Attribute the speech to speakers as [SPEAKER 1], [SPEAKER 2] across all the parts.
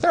[SPEAKER 1] there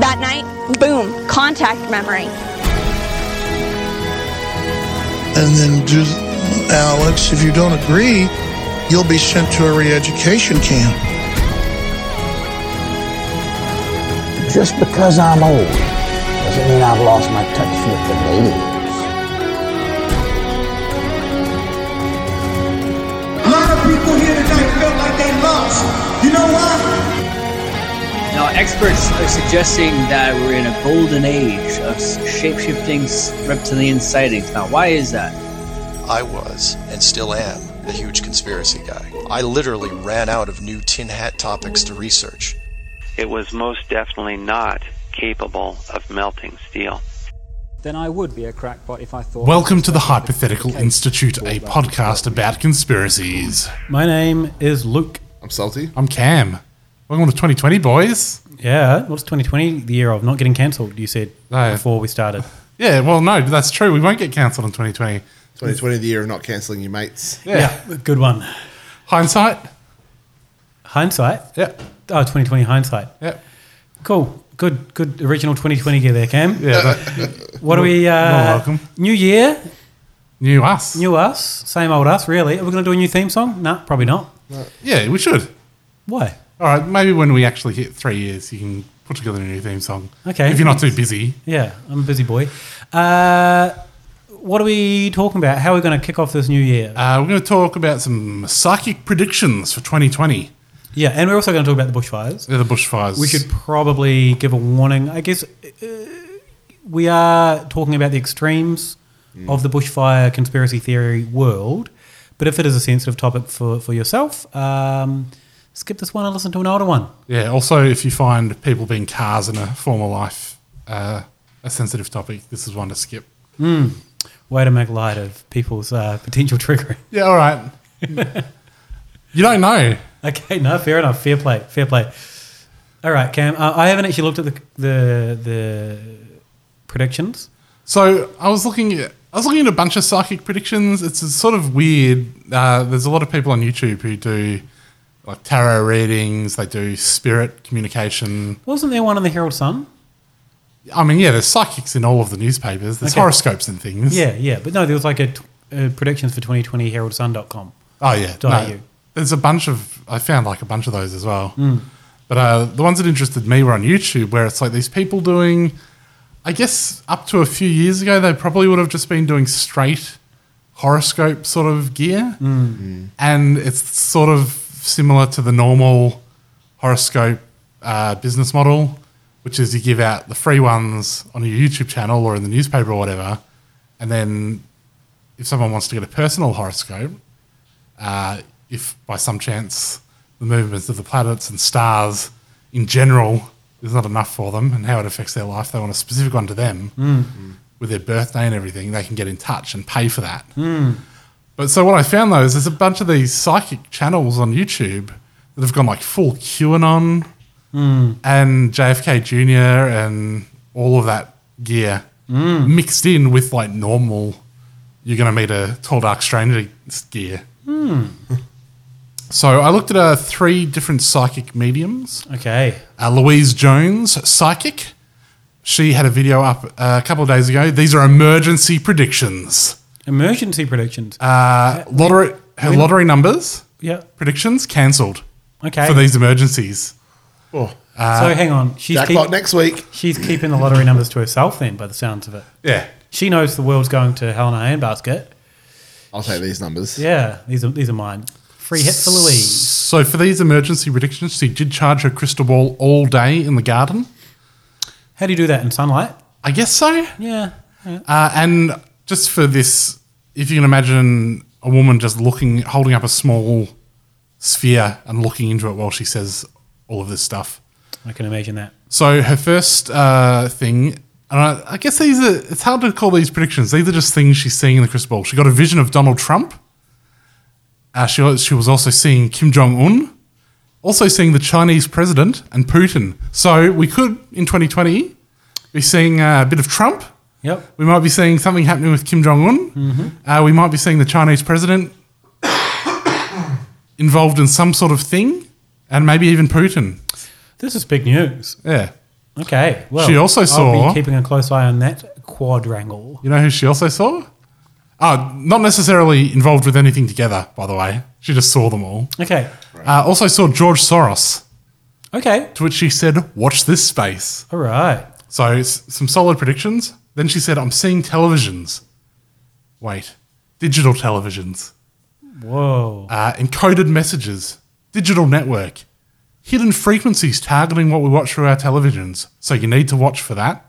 [SPEAKER 2] That night, boom, contact memory.
[SPEAKER 3] And then, do, Alex, if you don't agree, you'll be sent to a re education camp.
[SPEAKER 4] Just because I'm old doesn't mean I've lost my touch with the natives.
[SPEAKER 5] A lot of people here tonight felt like they lost. You know why?
[SPEAKER 6] Now, experts are suggesting that we're in a golden age of shape-shifting reptilian sightings. Now, why is that?
[SPEAKER 7] I was, and still am, a huge conspiracy guy. I literally ran out of new tin hat topics to research.
[SPEAKER 8] It was most definitely not capable of melting steel.
[SPEAKER 9] Then I would be a crackpot if I thought.
[SPEAKER 10] Welcome to the Hypothetical Institute, a podcast about conspiracies.
[SPEAKER 11] My name is Luke.
[SPEAKER 12] I'm Salty.
[SPEAKER 10] I'm Cam. Welcome to 2020, boys.
[SPEAKER 11] Yeah, what's 2020? The year of not getting cancelled, you said
[SPEAKER 10] No.
[SPEAKER 11] before we started.
[SPEAKER 10] Yeah, well, no, that's true. We won't get cancelled in 2020.
[SPEAKER 12] 2020, the year of not cancelling your mates.
[SPEAKER 11] Yeah. good one.
[SPEAKER 10] Hindsight.
[SPEAKER 11] Hindsight?
[SPEAKER 10] Yeah.
[SPEAKER 11] Oh, 2020 hindsight.
[SPEAKER 10] Yeah.
[SPEAKER 11] Cool. Good, good original 2020 gear there, Cam.
[SPEAKER 10] Yeah. that-
[SPEAKER 11] What are we. Uh,
[SPEAKER 10] welcome.
[SPEAKER 11] New year,
[SPEAKER 10] new us.
[SPEAKER 11] new us, same old us, really. Are we going to do a new theme song? No, probably not.
[SPEAKER 10] Uh, Yeah, we should.
[SPEAKER 11] Why?
[SPEAKER 10] All right, maybe when we actually hit three years, you can put together a new theme song.
[SPEAKER 11] Okay.
[SPEAKER 10] If you're not too busy.
[SPEAKER 11] Yeah, I'm a busy boy. Uh, what are we talking about? How are we going to kick off this new year?
[SPEAKER 10] Uh, we're going to talk about some psychic predictions for 2020.
[SPEAKER 11] Yeah, and we're also going to talk about the bushfires.
[SPEAKER 10] They're the bushfires.
[SPEAKER 11] We should probably give a warning. I guess uh, we are talking about the extremes of the bushfire conspiracy theory world. But if it is a sensitive topic for, for yourself, um, skip this one and listen to an older one.
[SPEAKER 10] Yeah. Also, if you find people being cars in a former life uh, a sensitive topic, this is one to skip.
[SPEAKER 11] Way to make light of people's uh, potential triggering.
[SPEAKER 10] Yeah. All right. you don't know.
[SPEAKER 11] Okay, no, fair enough. Fair play. Fair play. All right, Cam. Uh, I haven't actually looked at the the, the predictions.
[SPEAKER 10] So I was looking at. I was looking at a bunch of psychic predictions. It's sort of weird. Uh, there's a lot of people on YouTube who do like tarot readings. They do spirit communication.
[SPEAKER 11] Wasn't there one in the Herald Sun?
[SPEAKER 10] I mean, yeah, there's psychics in all of the newspapers. There's
[SPEAKER 11] Okay.
[SPEAKER 10] horoscopes and things.
[SPEAKER 11] Yeah, yeah. But no, there was like a, t- uh predictions for 2020 heraldsun.com.
[SPEAKER 10] Oh yeah.
[SPEAKER 11] Dot
[SPEAKER 10] no.
[SPEAKER 11] au.
[SPEAKER 10] There's a bunch of I found like a bunch of those as well.
[SPEAKER 11] Hmm.
[SPEAKER 10] But uh, the ones that interested me were on YouTube, where it's like these people doing. I guess up to a few years ago, they probably would have just been doing straight horoscope sort of gear, and it's sort of similar to the normal horoscope uh, business model, which is you give out the free ones on your YouTube channel or in the newspaper or whatever, and then if someone wants to get a personal horoscope, uh, if by some chance the movements of the planets and stars in general is not enough for them and how it affects their life, they want a specific one to them with their birthday and everything, they can get in touch and pay for that. But so what I found though is there's a bunch of these psychic channels on YouTube that have gone like full QAnon and JFK Jr. and all of that gear mixed in with like normal, you're going to meet a tall, dark stranger gear. So I looked at uh, three different psychic mediums.
[SPEAKER 11] Okay.
[SPEAKER 10] Uh, Louise Jones, psychic. She had a video up uh, a couple of days ago. These are emergency predictions.
[SPEAKER 11] Emergency predictions.
[SPEAKER 10] Uh, lottery, her lottery numbers,
[SPEAKER 11] yeah.
[SPEAKER 10] predictions cancelled
[SPEAKER 11] Okay.
[SPEAKER 10] for these emergencies. Uh,
[SPEAKER 12] Oh,
[SPEAKER 11] so hang on. She's,
[SPEAKER 12] jackpot
[SPEAKER 11] keep,
[SPEAKER 12] next week.
[SPEAKER 11] she's keeping the lottery numbers to herself then, by the sounds of it.
[SPEAKER 10] Yeah.
[SPEAKER 11] She knows the world's going to hell in a handbasket.
[SPEAKER 12] I'll take these numbers.
[SPEAKER 11] Yeah, these are, these are mine. Free hit for Louise.
[SPEAKER 10] So for these emergency predictions, she did charge her crystal ball all day in the garden.
[SPEAKER 11] How do you do that in sunlight?
[SPEAKER 10] I guess so.
[SPEAKER 11] Yeah.
[SPEAKER 10] Uh, and just for this, if you can imagine a woman just looking, holding up a small sphere and looking into it while she says all of this stuff.
[SPEAKER 11] I can imagine that.
[SPEAKER 10] So her first uh, thing, And I, I guess these are, it's hard to call these predictions. These are just things she's seeing in the crystal ball. She got a vision of Donald Trump. Uh, she, was- she was also seeing Kim Jong un, also seeing the Chinese president and Putin. So we could, in 2020, be seeing uh, a bit of Trump.
[SPEAKER 11] Yep.
[SPEAKER 10] We might be seeing something happening with Kim Jong un.
[SPEAKER 11] Mhm.
[SPEAKER 10] Uh, we might be seeing the Chinese president involved in some sort of thing, and maybe even Putin.
[SPEAKER 11] This is big news.
[SPEAKER 10] Yeah.
[SPEAKER 11] Okay. Well,
[SPEAKER 10] she also
[SPEAKER 11] I'll
[SPEAKER 10] saw.
[SPEAKER 11] be keeping a close eye on that quadrangle.
[SPEAKER 10] You know who she also saw? Oh, not necessarily involved with anything together, by the way. She just saw them all.
[SPEAKER 11] Okay.
[SPEAKER 10] Uh, also saw George Soros.
[SPEAKER 11] Okay.
[SPEAKER 10] To which she said, watch this space.
[SPEAKER 11] All right.
[SPEAKER 10] So s- some solid predictions. Then she said, I'm seeing televisions. Wait, digital televisions.
[SPEAKER 11] Whoa.
[SPEAKER 10] Uh, encoded messages, digital network, hidden frequencies targeting what we watch through our televisions. So you need to watch for that.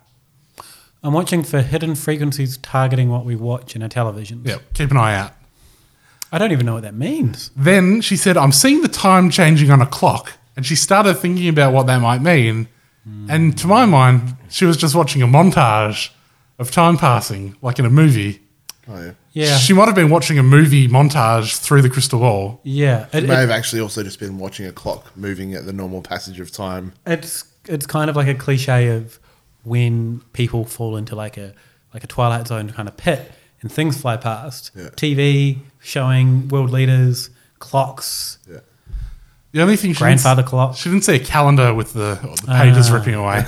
[SPEAKER 11] I'm watching for hidden frequencies targeting what we watch in our televisions.
[SPEAKER 10] Yep. Keep an eye out.
[SPEAKER 11] I don't even know what that means.
[SPEAKER 10] Then she said, I'm seeing the time changing on a clock. And she started thinking about what that might mean. And to my mind, she was just watching a montage of time passing, like in a movie.
[SPEAKER 12] Oh, yeah.
[SPEAKER 11] Yeah.
[SPEAKER 10] She might have been watching a movie montage through the crystal ball.
[SPEAKER 11] Yeah,
[SPEAKER 12] She
[SPEAKER 11] it-
[SPEAKER 12] may
[SPEAKER 11] it-
[SPEAKER 12] have actually also just been watching a clock moving at the normal passage of time.
[SPEAKER 11] It's it's kind of like a cliche of when people fall into like a like a Twilight Zone kind of pit and things fly past. TV showing world leaders, clocks.
[SPEAKER 12] Yeah.
[SPEAKER 10] The only thing she
[SPEAKER 11] Grandfather
[SPEAKER 10] didn't, clock. She didn't see a calendar with the, or the pages
[SPEAKER 11] Ah.
[SPEAKER 10] ripping away.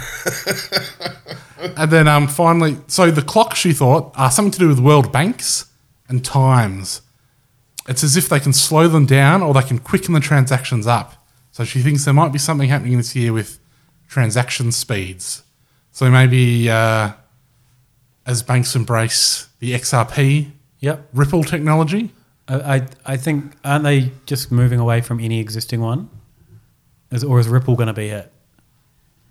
[SPEAKER 10] and then um, finally, so the clock she thought are something to do with world banks and times. It's as if they can slow them down or they can quicken the transactions up. So she thinks there might be something happening this year with transaction speeds. So maybe uh, as banks embrace the XRP
[SPEAKER 11] Yep.
[SPEAKER 10] Ripple technology.
[SPEAKER 11] I, I I think aren't they just moving away from any existing one? Is or is Ripple going to be it?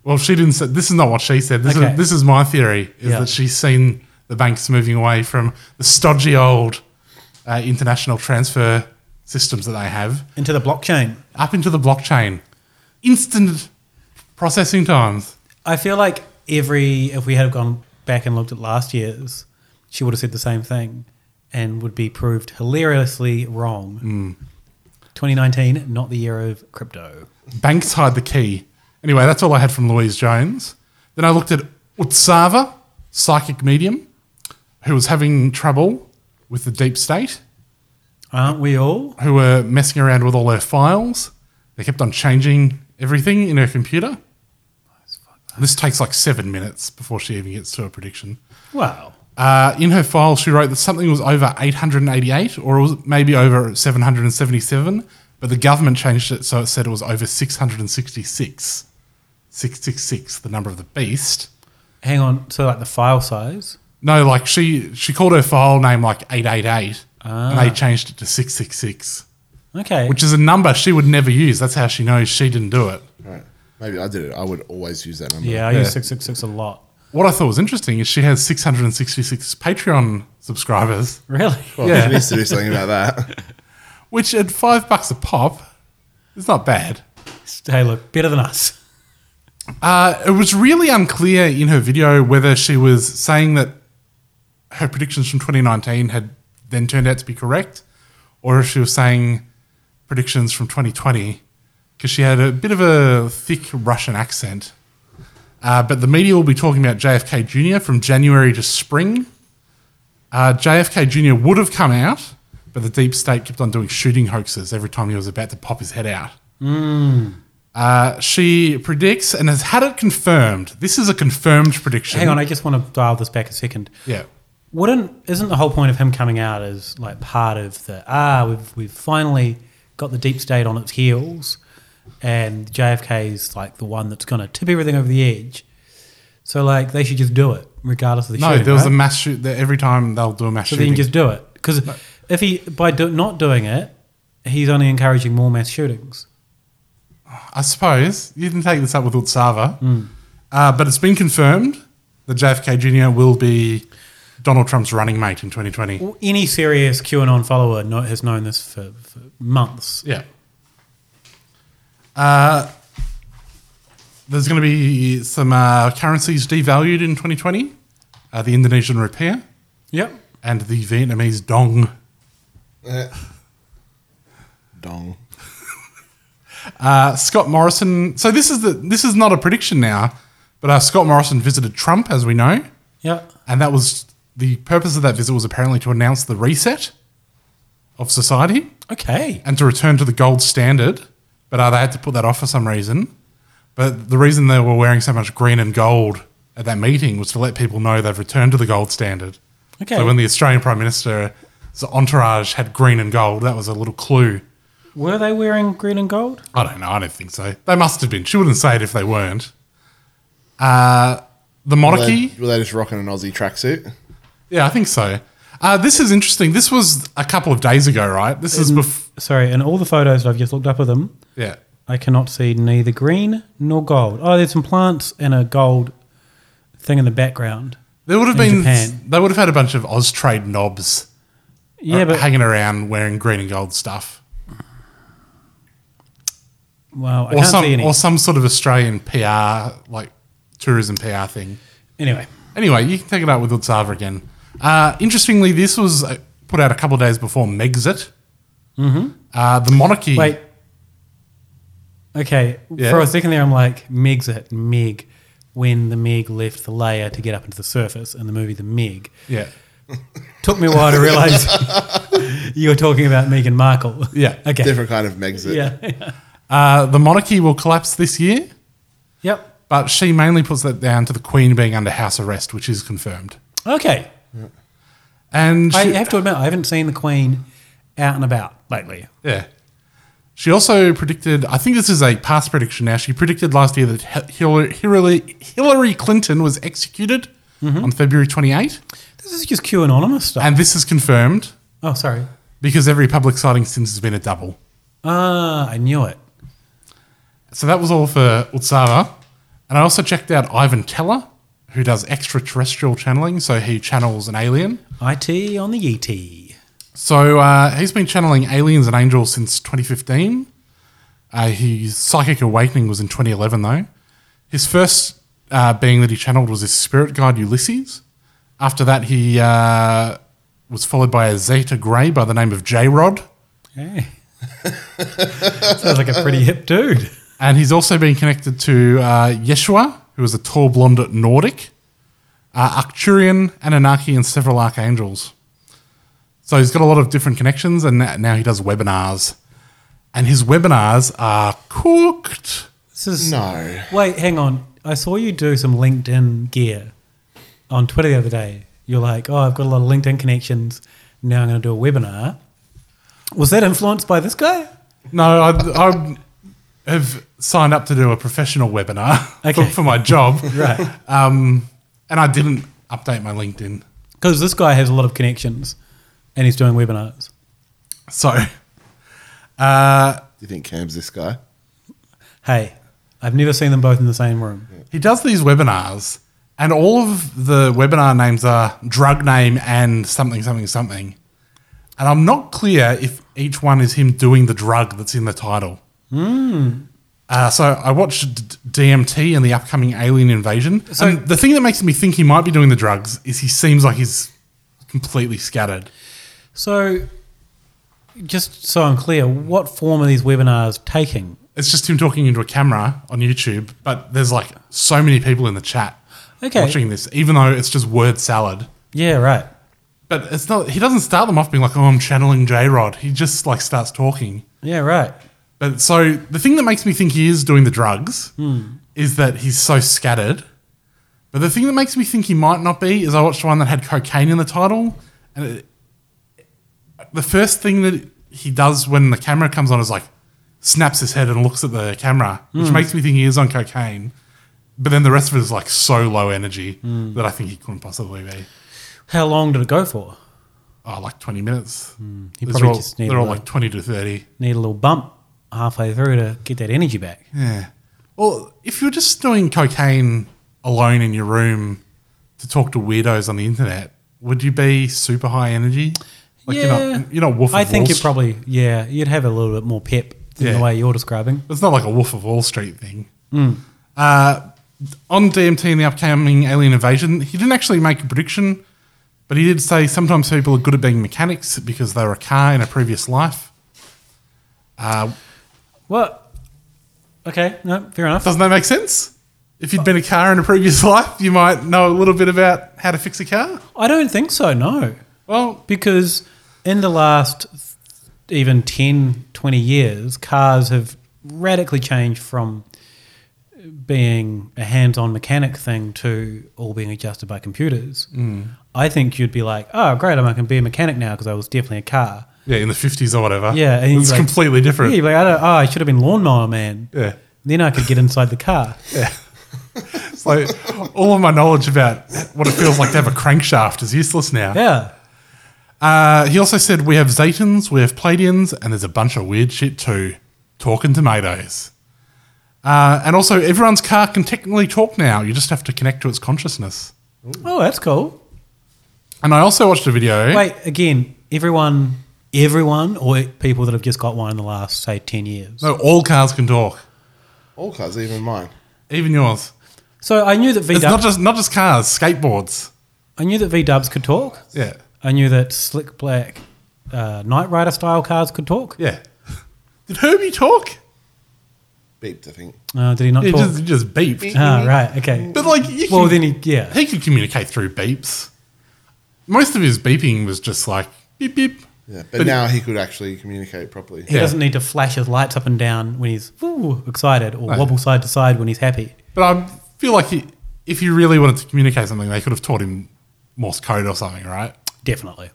[SPEAKER 10] Well, she didn't say. This is not what she said. This
[SPEAKER 11] Okay.
[SPEAKER 10] is this is my theory: is
[SPEAKER 11] Yeah.
[SPEAKER 10] that she's seen the banks moving away from the stodgy old uh, international transfer systems that they have
[SPEAKER 11] into the blockchain,
[SPEAKER 10] up into the blockchain, instant processing times.
[SPEAKER 11] I feel like every if we had gone back and looked at last year's, she would have said the same thing, and would be proved hilariously wrong. 2019, not the year of crypto.
[SPEAKER 10] Banks hide the key. Anyway, that's all I had from Louise Jones. Then I looked at Utsava, psychic medium, who was having trouble with the deep state.
[SPEAKER 11] Aren't we all?
[SPEAKER 10] Who were messing around with all her files. They kept on changing everything in her computer. This takes like seven minutes before she even gets to a prediction.
[SPEAKER 11] Wow.
[SPEAKER 10] Uh, in her file, she wrote that something was over 888 or it was maybe over 777, but the government changed it so it said it was over 666. 666, the number of the beast.
[SPEAKER 11] Hang on, so like the file size?
[SPEAKER 10] No, like she she called her file name like 888 and
[SPEAKER 11] Ah.
[SPEAKER 10] they changed it to 666.
[SPEAKER 11] Okay.
[SPEAKER 10] Which is a number she would never use. That's how she knows she didn't do it.
[SPEAKER 12] Right. Maybe I did it. I would always use that number.
[SPEAKER 11] Yeah, I use six six six a lot.
[SPEAKER 10] What I thought was interesting is she has 666 Patreon subscribers.
[SPEAKER 11] Really?
[SPEAKER 12] Well, she needs to do something about that.
[SPEAKER 10] Which at five bucks a pop, is not bad.
[SPEAKER 11] Hey, look, better than us.
[SPEAKER 10] Uh, it was really unclear in her video whether she was saying that her predictions from 2019 had then turned out to be correct, or if she was saying predictions from 2020, because she had a bit of a thick Russian accent. Uh, but the media will be talking about JFK Jr. from January to spring. Uh, JFK Jr. would have come out, but the deep state kept on doing shooting hoaxes every time he was about to pop his head out.
[SPEAKER 11] Hmm.
[SPEAKER 10] Uh, she predicts and has had it confirmed. This is a confirmed prediction.
[SPEAKER 11] Hang on, I just want to dial this back a second.
[SPEAKER 10] Yeah.
[SPEAKER 11] Wouldn't isn't the whole point of him coming out as like part of the ah we've we've finally got the deep state on its heels, and JFK's like the one that's going to tip everything over the edge. So like they should just do it regardless of the
[SPEAKER 10] no,
[SPEAKER 11] shooting,
[SPEAKER 10] there was
[SPEAKER 11] right?
[SPEAKER 10] a mass shoot. That every time they'll do a mass
[SPEAKER 11] So
[SPEAKER 10] shooting,
[SPEAKER 11] then just do it. Because if he by do, not doing it, he's only encouraging more mass shootings.
[SPEAKER 10] I suppose you can take this up with Utsava,
[SPEAKER 11] Hmm.
[SPEAKER 10] uh, but it's been confirmed that JFK Jr. will be Donald Trump's running mate in 2020.
[SPEAKER 11] Well, Any serious QAnon follower know, has known this for, for months.
[SPEAKER 10] Yeah. Uh, there's going to be some uh, currencies devalued in 2020 uh, the Indonesian rupiah.
[SPEAKER 11] Yep.
[SPEAKER 10] And the Vietnamese dong.
[SPEAKER 12] Eh. Dong.
[SPEAKER 10] Uh, Scott Morrison. So this is the this is not a prediction now, but uh, Scott Morrison visited Trump, as we know.
[SPEAKER 11] Yeah.
[SPEAKER 10] And that was the purpose of that visit was apparently to announce the reset of society.
[SPEAKER 11] Okay.
[SPEAKER 10] And to return to the gold standard, but uh, they had to put that off for some reason. But the reason they were wearing so much green and gold at that meeting was to let people know they've returned to the gold standard.
[SPEAKER 11] Okay.
[SPEAKER 10] So when the Australian Prime Minister's entourage had green and gold, that was a little clue.
[SPEAKER 11] Were they wearing green and gold?
[SPEAKER 10] I don't know. I don't think so. They must have been. She wouldn't say it if they weren't. Uh, the monarchy.
[SPEAKER 12] Were they, were they just rocking an Aussie tracksuit?
[SPEAKER 10] Yeah, I think so. Uh, this is interesting. This was a couple of days ago, right? This is
[SPEAKER 11] In-
[SPEAKER 10] before.
[SPEAKER 11] Sorry, and all the photos I've just looked up of them.
[SPEAKER 10] Yeah.
[SPEAKER 11] I cannot see neither green nor gold. Oh, there's some plants and a gold thing in the background.
[SPEAKER 10] There would have
[SPEAKER 11] in
[SPEAKER 10] been.
[SPEAKER 11] Japan.
[SPEAKER 10] They would have had a bunch of Austrade knobs.
[SPEAKER 11] Yeah,
[SPEAKER 10] uh,
[SPEAKER 11] but-
[SPEAKER 10] hanging around wearing green and gold stuff,
[SPEAKER 11] Wow, I
[SPEAKER 10] or
[SPEAKER 11] can't
[SPEAKER 10] some
[SPEAKER 11] see any.
[SPEAKER 10] or some sort of Australian PR like tourism PR thing.
[SPEAKER 11] Anyway.
[SPEAKER 10] Anyway, you can take it out with Utsava again. Uh, interestingly, this was uh, put out a couple of days before Megxit.
[SPEAKER 11] Mm-hmm.
[SPEAKER 10] Uh, the monarchy.
[SPEAKER 11] Wait. Okay,
[SPEAKER 10] Yeah.
[SPEAKER 11] for a second there, I'm like, Meg's it, Meg. When the Meg left the layer to get up into the surface in the movie The Meg.
[SPEAKER 10] Yeah.
[SPEAKER 11] Took me a while to realize you were talking about Meghan Markle.
[SPEAKER 10] Yeah.
[SPEAKER 11] Okay.
[SPEAKER 12] Different kind of Megxit.
[SPEAKER 11] Yeah.
[SPEAKER 10] Uh, the monarchy will collapse this year.
[SPEAKER 11] Yep.
[SPEAKER 10] But she mainly puts that down to the Queen being under house arrest, which is confirmed.
[SPEAKER 11] Okay.
[SPEAKER 10] And
[SPEAKER 11] I
[SPEAKER 10] she-
[SPEAKER 11] have to admit, I haven't seen the Queen out and about lately.
[SPEAKER 10] Yeah. She also predicted, I think this is a past prediction now. She predicted last year that Hi- Hillary, Hillary, Hillary Clinton was executed on February 28.
[SPEAKER 11] Mm-hmm. This is just Q anonymous stuff.
[SPEAKER 10] And this is confirmed
[SPEAKER 11] Oh, sorry.
[SPEAKER 10] because every public sighting since has been a double.
[SPEAKER 11] Ah, I knew it.
[SPEAKER 10] So that was all for Utsava. And I also checked out Ivan Teller, who does extraterrestrial channeling. So he channels an alien.
[SPEAKER 11] IT on the ET.
[SPEAKER 10] So uh, he's been channeling aliens and angels since 2015. Uh, his psychic awakening was in 2011, though. His first uh, being that he channeled was his spirit guide Ulysses. After that, he uh, was followed by a Zeta Grey by the name of J Rod.
[SPEAKER 11] Hey. Sounds like a pretty hip dude.
[SPEAKER 10] And he's also been connected to uh, Yeshua, who is a tall blonde at Nordic, uh, Arcturian, Anunnaki, and several archangels. So he's got a lot of different connections, and na- now he does webinars. And his webinars are cooked.
[SPEAKER 11] This is
[SPEAKER 12] No.
[SPEAKER 11] Wait, hang on. I saw you do some LinkedIn gear on Twitter the other day. You're like, oh, I've got a lot of LinkedIn connections. Now I'm going to do a webinar. Was that influenced by this guy?
[SPEAKER 10] No, I, I have signed up to do a professional webinar for-
[SPEAKER 11] Okay.
[SPEAKER 10] for, my job.
[SPEAKER 11] Right.
[SPEAKER 10] Um, and I didn't update my LinkedIn.
[SPEAKER 11] Because this guy has a lot of connections and he's doing webinars.
[SPEAKER 10] So, uh,
[SPEAKER 12] Do you think Cam's this guy?
[SPEAKER 11] Hey, I've never seen them both in the same room.
[SPEAKER 10] He does these webinars, and all of the webinar names are drug name and something, something, something. And I'm not clear if each one is him doing the drug that's in the title.
[SPEAKER 11] Mm.
[SPEAKER 10] Uh, so I watched D- DMT and the upcoming alien invasion.
[SPEAKER 11] So-
[SPEAKER 10] and the thing that makes me think he might be doing the drugs is he seems like he's completely scattered.
[SPEAKER 11] So, just so I'm clear, what form are these webinars taking?
[SPEAKER 10] It's just him talking into a camera on YouTube, but there's like so many people in the chat
[SPEAKER 11] Okay.
[SPEAKER 10] watching this, even though it's just word salad.
[SPEAKER 11] Yeah, right.
[SPEAKER 10] But it's not. He doesn't start them off being like, "Oh, I'm channeling J Rod." He just like starts talking.
[SPEAKER 11] Yeah, right.
[SPEAKER 10] But so the thing that makes me think he is doing the drugs
[SPEAKER 11] Hmm.
[SPEAKER 10] is that he's so scattered. But the thing that makes me think he might not be is I watched one that had cocaine in the title, and it, the first thing that he does when the camera comes on is like snaps his head and looks at the camera, which
[SPEAKER 11] Hmm.
[SPEAKER 10] makes me think he is on cocaine. But then the rest of it is like so low energy
[SPEAKER 11] Hmm.
[SPEAKER 10] that I think he couldn't possibly be.
[SPEAKER 11] How long did it go for?
[SPEAKER 10] Oh, like 20 minutes.
[SPEAKER 11] Hmm. He
[SPEAKER 10] These
[SPEAKER 11] probably
[SPEAKER 10] are all-
[SPEAKER 11] just needed
[SPEAKER 10] they're all
[SPEAKER 11] a-
[SPEAKER 10] like 20 to 30.
[SPEAKER 11] Need a little bump halfway through to get that energy back.
[SPEAKER 10] Yeah. Well, if you're just doing cocaine alone in your room to talk to weirdos on the internet, would you be super high energy? You're not, you're not Wolf of
[SPEAKER 11] I think
[SPEAKER 10] Wall
[SPEAKER 11] you probably, yeah, you'd have a little bit more pep than
[SPEAKER 10] Yeah.
[SPEAKER 11] the way you're describing.
[SPEAKER 10] Street. It's not like a Wolf of Wall Street thing.
[SPEAKER 11] Mm.
[SPEAKER 10] Uh, on DMT and the upcoming alien invasion, he didn't actually make a prediction, but he did say sometimes people are good at being mechanics because they were a car in a previous life. Uh,
[SPEAKER 11] what? Okay, no, fair enough.
[SPEAKER 10] Doesn't that make sense? If you'd been a car in a previous life, you might know a little bit about how to fix a car.
[SPEAKER 11] I don't think so, no.
[SPEAKER 10] Well,
[SPEAKER 11] because in the last even 10, 20 years, cars have radically changed from being a hands on mechanic thing to all being adjusted by computers.
[SPEAKER 10] Mm.
[SPEAKER 11] I think you'd be like, oh, great, I'm- I can be a mechanic now because I was definitely a car.
[SPEAKER 10] Yeah, in the 50s or whatever.
[SPEAKER 11] Yeah, and you'd
[SPEAKER 10] it's
[SPEAKER 11] be like-
[SPEAKER 10] completely different.
[SPEAKER 11] Yeah, you'd be like, I don't, oh, I should have been lawnmower man.
[SPEAKER 10] Yeah.
[SPEAKER 11] Then I could get inside the car.
[SPEAKER 10] Yeah. It's like all of my knowledge about what it feels like to have a crankshaft is useless now.
[SPEAKER 11] Yeah.
[SPEAKER 10] Uh, he also said we have Zetans, we have Pleiadians, and there's a bunch of weird shit too. Talking tomatoes. Uh, and also, everyone's car can technically talk now. You just have to connect to its consciousness.
[SPEAKER 11] Oh, that's cool.
[SPEAKER 10] And I also watched a video.
[SPEAKER 11] Wait, again, everyone, everyone, or people that have just got one in the last, say, 10 years.
[SPEAKER 10] No, all cars can talk.
[SPEAKER 12] All cars, even mine.
[SPEAKER 10] Even yours.
[SPEAKER 11] So I knew that V
[SPEAKER 10] It's not
[SPEAKER 11] Dubs.
[SPEAKER 10] just not just cars, skateboards.
[SPEAKER 11] I knew that V Dubs could talk.
[SPEAKER 10] Yeah.
[SPEAKER 11] I knew that slick black uh, Knight Rider style cars could talk.
[SPEAKER 10] Yeah. Did Herbie talk?
[SPEAKER 12] Beeped, I think.
[SPEAKER 11] Uh, did he not
[SPEAKER 10] He
[SPEAKER 11] talk?
[SPEAKER 10] just- he just beeped.
[SPEAKER 11] Ah, right. Okay.
[SPEAKER 10] But like, you
[SPEAKER 11] well,
[SPEAKER 10] can-
[SPEAKER 11] then he yeah.
[SPEAKER 10] he could communicate through beeps. Most of his beeping was just like beep beep.
[SPEAKER 12] Yeah, but, now he could actually communicate properly.
[SPEAKER 11] He doesn't need to flash his lights up and down when he's ooh, excited or
[SPEAKER 10] No.
[SPEAKER 11] wobble side to side when he's happy.
[SPEAKER 10] But I feel like he, if he really wanted to communicate something, they could have taught him Morse code or something, right?
[SPEAKER 11] Definitely.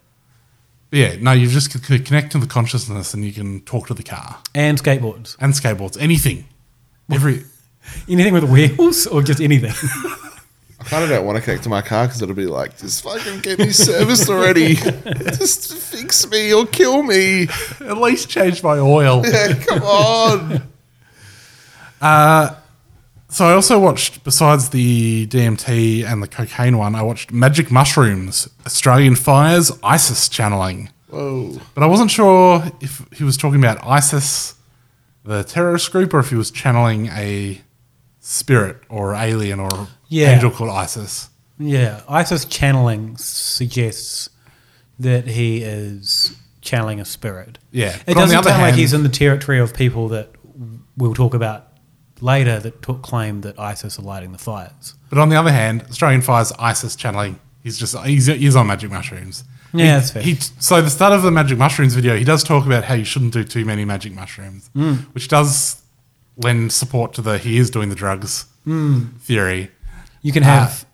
[SPEAKER 10] But yeah, no, you just c- c- connect to the consciousness and you can talk to the car
[SPEAKER 11] And skateboards.
[SPEAKER 10] and skateboards, anything. Every
[SPEAKER 11] Anything with wheels or just anything.
[SPEAKER 12] I kind of don't want to connect to my car because it'll be like, just fucking get me serviced already. just fix me or kill me.
[SPEAKER 10] At least change my oil.
[SPEAKER 12] Yeah, come on.
[SPEAKER 10] Uh, so I also watched, besides the DMT and the cocaine one, I watched Magic Mushrooms, Australian Fires, ISIS channeling.
[SPEAKER 12] Whoa.
[SPEAKER 10] But I wasn't sure if he was talking about ISIS, the terrorist group, or if he was channeling a spirit or alien or
[SPEAKER 11] Yeah.
[SPEAKER 10] angel called ISIS.
[SPEAKER 11] Yeah, ISIS channeling suggests that he is channeling a spirit.
[SPEAKER 10] Yeah,
[SPEAKER 11] it
[SPEAKER 10] but on the
[SPEAKER 11] doesn't
[SPEAKER 10] other
[SPEAKER 11] sound like
[SPEAKER 10] hand-
[SPEAKER 11] he's in the territory of people that we'll talk about later that took claim that ISIS are lighting the fires.
[SPEAKER 10] But on the other hand, Australian Fire's ISIS channeling. He's just he's, he's on Magic Mushrooms.
[SPEAKER 11] Yeah,
[SPEAKER 10] He-
[SPEAKER 11] that's fair.
[SPEAKER 10] He, so the start of the Magic Mushrooms video, he does talk about how you shouldn't do too many Magic Mushrooms,
[SPEAKER 11] Mm.
[SPEAKER 10] which does lend support to the he is doing the drugs
[SPEAKER 11] Mm.
[SPEAKER 10] theory.
[SPEAKER 11] You can
[SPEAKER 10] Uh,
[SPEAKER 11] have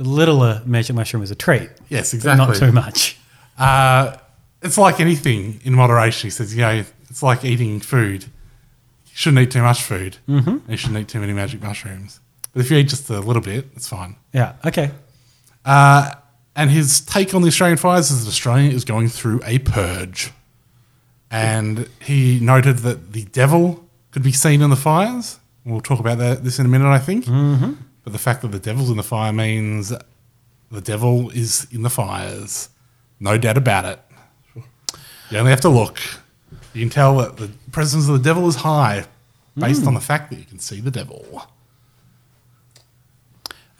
[SPEAKER 11] a littler magic mushroom as a treat.
[SPEAKER 10] Yes,
[SPEAKER 11] but
[SPEAKER 10] exactly.
[SPEAKER 11] Not too much.
[SPEAKER 10] Uh, it's like anything in moderation. He says, you know, it's like eating food. You shouldn't eat too much food.
[SPEAKER 11] Mhm.
[SPEAKER 10] And you shouldn't eat too many magic mushrooms. But if you eat just a little bit, it's fine.
[SPEAKER 11] Yeah. Okay.
[SPEAKER 10] Uh, and his take on the Australian fires is that Australia is going through a purge. And he noted that the devil could be seen in the fires. We'll talk about that this in a minute, I think. Mm-hmm. But the fact that the devil's in the fire means the devil is in the fires. No doubt about it. You only have to look. You can tell that the presence of the devil is high based
[SPEAKER 11] Mm.
[SPEAKER 10] on the fact that you can see the devil.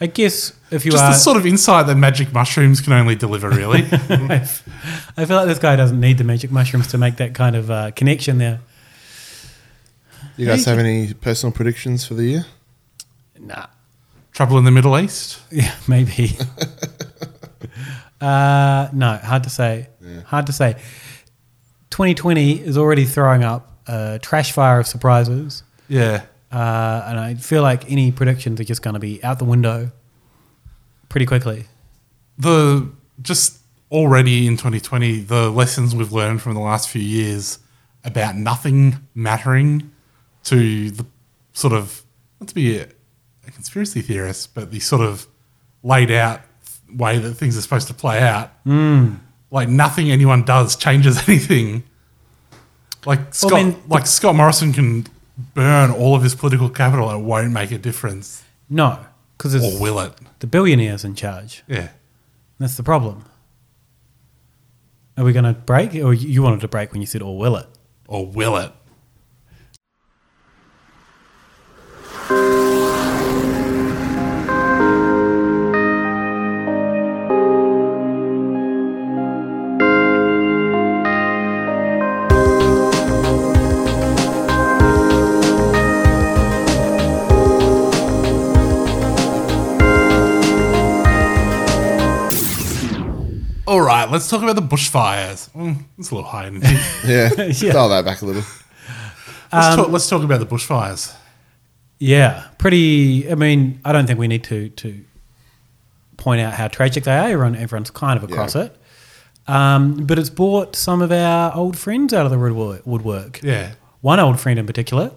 [SPEAKER 11] I guess if you
[SPEAKER 10] Just
[SPEAKER 11] are
[SPEAKER 10] the sort of insight that magic mushrooms can only deliver, really.
[SPEAKER 11] I feel like this guy doesn't need the magic mushrooms to make that kind of uh, connection there.
[SPEAKER 12] You guys have any personal predictions for the year?
[SPEAKER 11] Nah.
[SPEAKER 10] Trouble in the Middle East?
[SPEAKER 11] Yeah, maybe. uh, no, hard to say. Hard to say. 2020 is already throwing up a trash fire of surprises.
[SPEAKER 10] Yeah.
[SPEAKER 11] Uh, and I feel like any predictions are just going to be out the window pretty quickly.
[SPEAKER 10] the just already in 2020 the lessons we've learned from the last few years about nothing mattering to the sort of not to be a, a conspiracy theorist but the sort of laid out way that things are supposed to play out
[SPEAKER 11] Mm.
[SPEAKER 10] like nothing anyone does changes anything like
[SPEAKER 11] Well,
[SPEAKER 10] Scott,
[SPEAKER 11] I mean-
[SPEAKER 10] like Scott Morrison can burn all of his political capital and it won't make a difference
[SPEAKER 11] No, because it's
[SPEAKER 10] Or will it?
[SPEAKER 11] the billionaires in charge.
[SPEAKER 10] Yeah.
[SPEAKER 11] That's the problem. Are we going to break? Or you you wanted to break when you said, or will it?
[SPEAKER 10] or will it all right, let's talk about the bushfires. Mm, it's a little high energy.
[SPEAKER 12] Yeah. Dial that back a little.
[SPEAKER 10] Let's,
[SPEAKER 11] Um,
[SPEAKER 10] talk, let's talk about the bushfires.
[SPEAKER 11] Yeah, pretty. I mean, I don't think we need to to point out how tragic they are. Everyone, everyone's kind of across it. Um, but it's brought some of our uh, old friends out of the woodwork. woodwork.
[SPEAKER 10] Yeah.
[SPEAKER 11] One old friend in particular.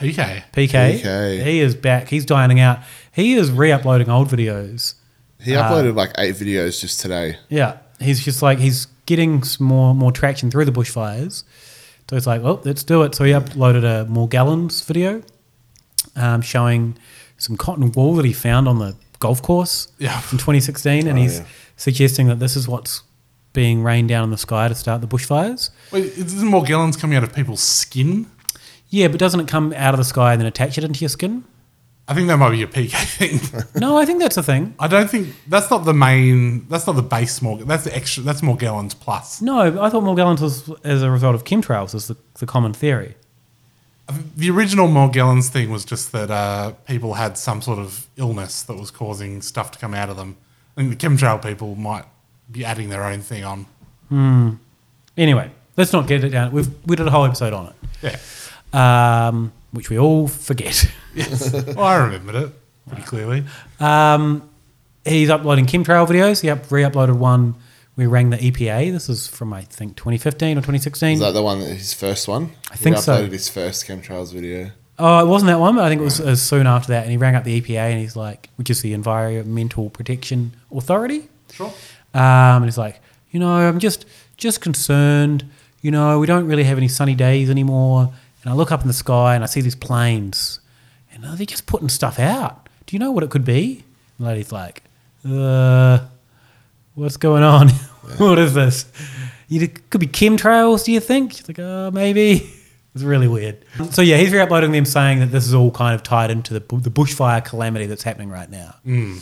[SPEAKER 10] PK.
[SPEAKER 11] PK.
[SPEAKER 12] PK.
[SPEAKER 11] He is back. He's dining out. He is re uploading old videos.
[SPEAKER 12] He
[SPEAKER 11] Uh,
[SPEAKER 12] uploaded like eight videos just today.
[SPEAKER 11] yeah, he's just like he's getting some more more traction through the bushfires. So it's like, well, let's do it. So he uploaded a more gallons video, um, showing some cotton wool that he found on the golf course
[SPEAKER 10] Yeah.
[SPEAKER 11] from 2016, and
[SPEAKER 10] Oh,
[SPEAKER 11] he's
[SPEAKER 10] yeah.
[SPEAKER 11] suggesting that this is what's being rained down in the sky to start the bushfires.
[SPEAKER 10] Wait, isn't Morgellons coming out of people's skin?
[SPEAKER 11] Yeah, but doesn't it come out of the sky and then attach it into your skin?
[SPEAKER 10] I think that might be a PK thing.
[SPEAKER 11] no, I think that's a thing.
[SPEAKER 10] I don't think that's not the main. That's not the base Morgan. That's the extra. That's Morgellons plus.
[SPEAKER 11] No, I thought Morgellons was as a result of chemtrails is the, the common theory.
[SPEAKER 10] The original Morgellons thing was just that uh, people had some sort of illness that was causing stuff to come out of them. I think the chemtrail people might be adding their own thing on.
[SPEAKER 11] Hmm. Anyway, let's not get it down. We've we did a whole episode on it. Yeah. Um, which we all forget.
[SPEAKER 10] Yes. well, I remembered it pretty clearly.
[SPEAKER 11] Um, he's uploading chemtrail videos. He up, re-uploaded one. We rang the EPA. This is from I think 2015 or 2016.
[SPEAKER 12] Is that the one, that his first one?
[SPEAKER 11] I think
[SPEAKER 12] he
[SPEAKER 11] so.
[SPEAKER 12] uploaded his first chemtrails video.
[SPEAKER 11] Oh, it wasn't that one, but I think it was uh, soon after that. And he rang up the EPA and he's like, which is the Environmental Protection Authority.
[SPEAKER 10] Sure.
[SPEAKER 11] Um, and he's like, you know, I'm just just concerned. You know, we don't really have any sunny days anymore. And I look up in the sky and I see these planes, and uh, they're just putting stuff out. Do you know what it could be? And the lady's like, uh, what's going on? what is this? You, it could be chemtrails, do you think? She's like, oh, maybe. It's really weird. So yeah, he's re-uploading them saying that this is all kind of tied into the, bu- the bushfire calamity that's happening right now.
[SPEAKER 10] Mm.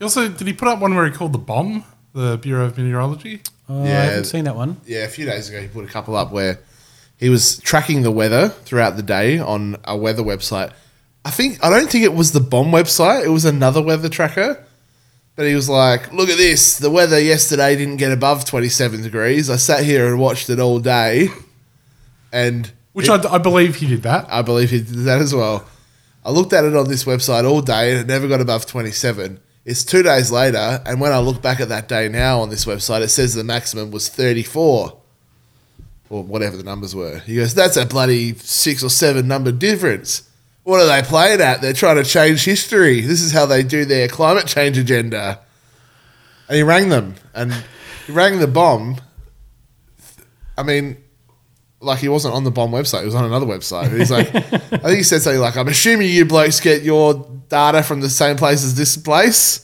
[SPEAKER 10] He also, did he put up one where he called the bomb, the Bureau of Meteorology?
[SPEAKER 11] Uh, I haven't seen that one.
[SPEAKER 12] Yeah, a few days ago he put a couple up where he was tracking the weather throughout the day on a weather website. I think I don't think it was the bomb website; it was another weather tracker. But he was like, "Look at this! The weather yesterday didn't get above twenty-seven degrees. I sat here and watched it all day, and
[SPEAKER 10] Which I, I believe he did that.
[SPEAKER 12] I believe he did that as well. I looked at it on this website all day and it never got above 27. It's two days later, and when I look back at that day now on this website, it says the maximum was 34 or whatever the numbers were. He goes, That's a bloody six or seven number difference. What are they playing at? They're trying to change history. This is how they do their climate change agenda. And he rang them and he rang the bomb. I mean, like he wasn't on the bomb website, he was on another website. And He's like, I think he said something like, I'm assuming you blokes get your data from the same place as this place.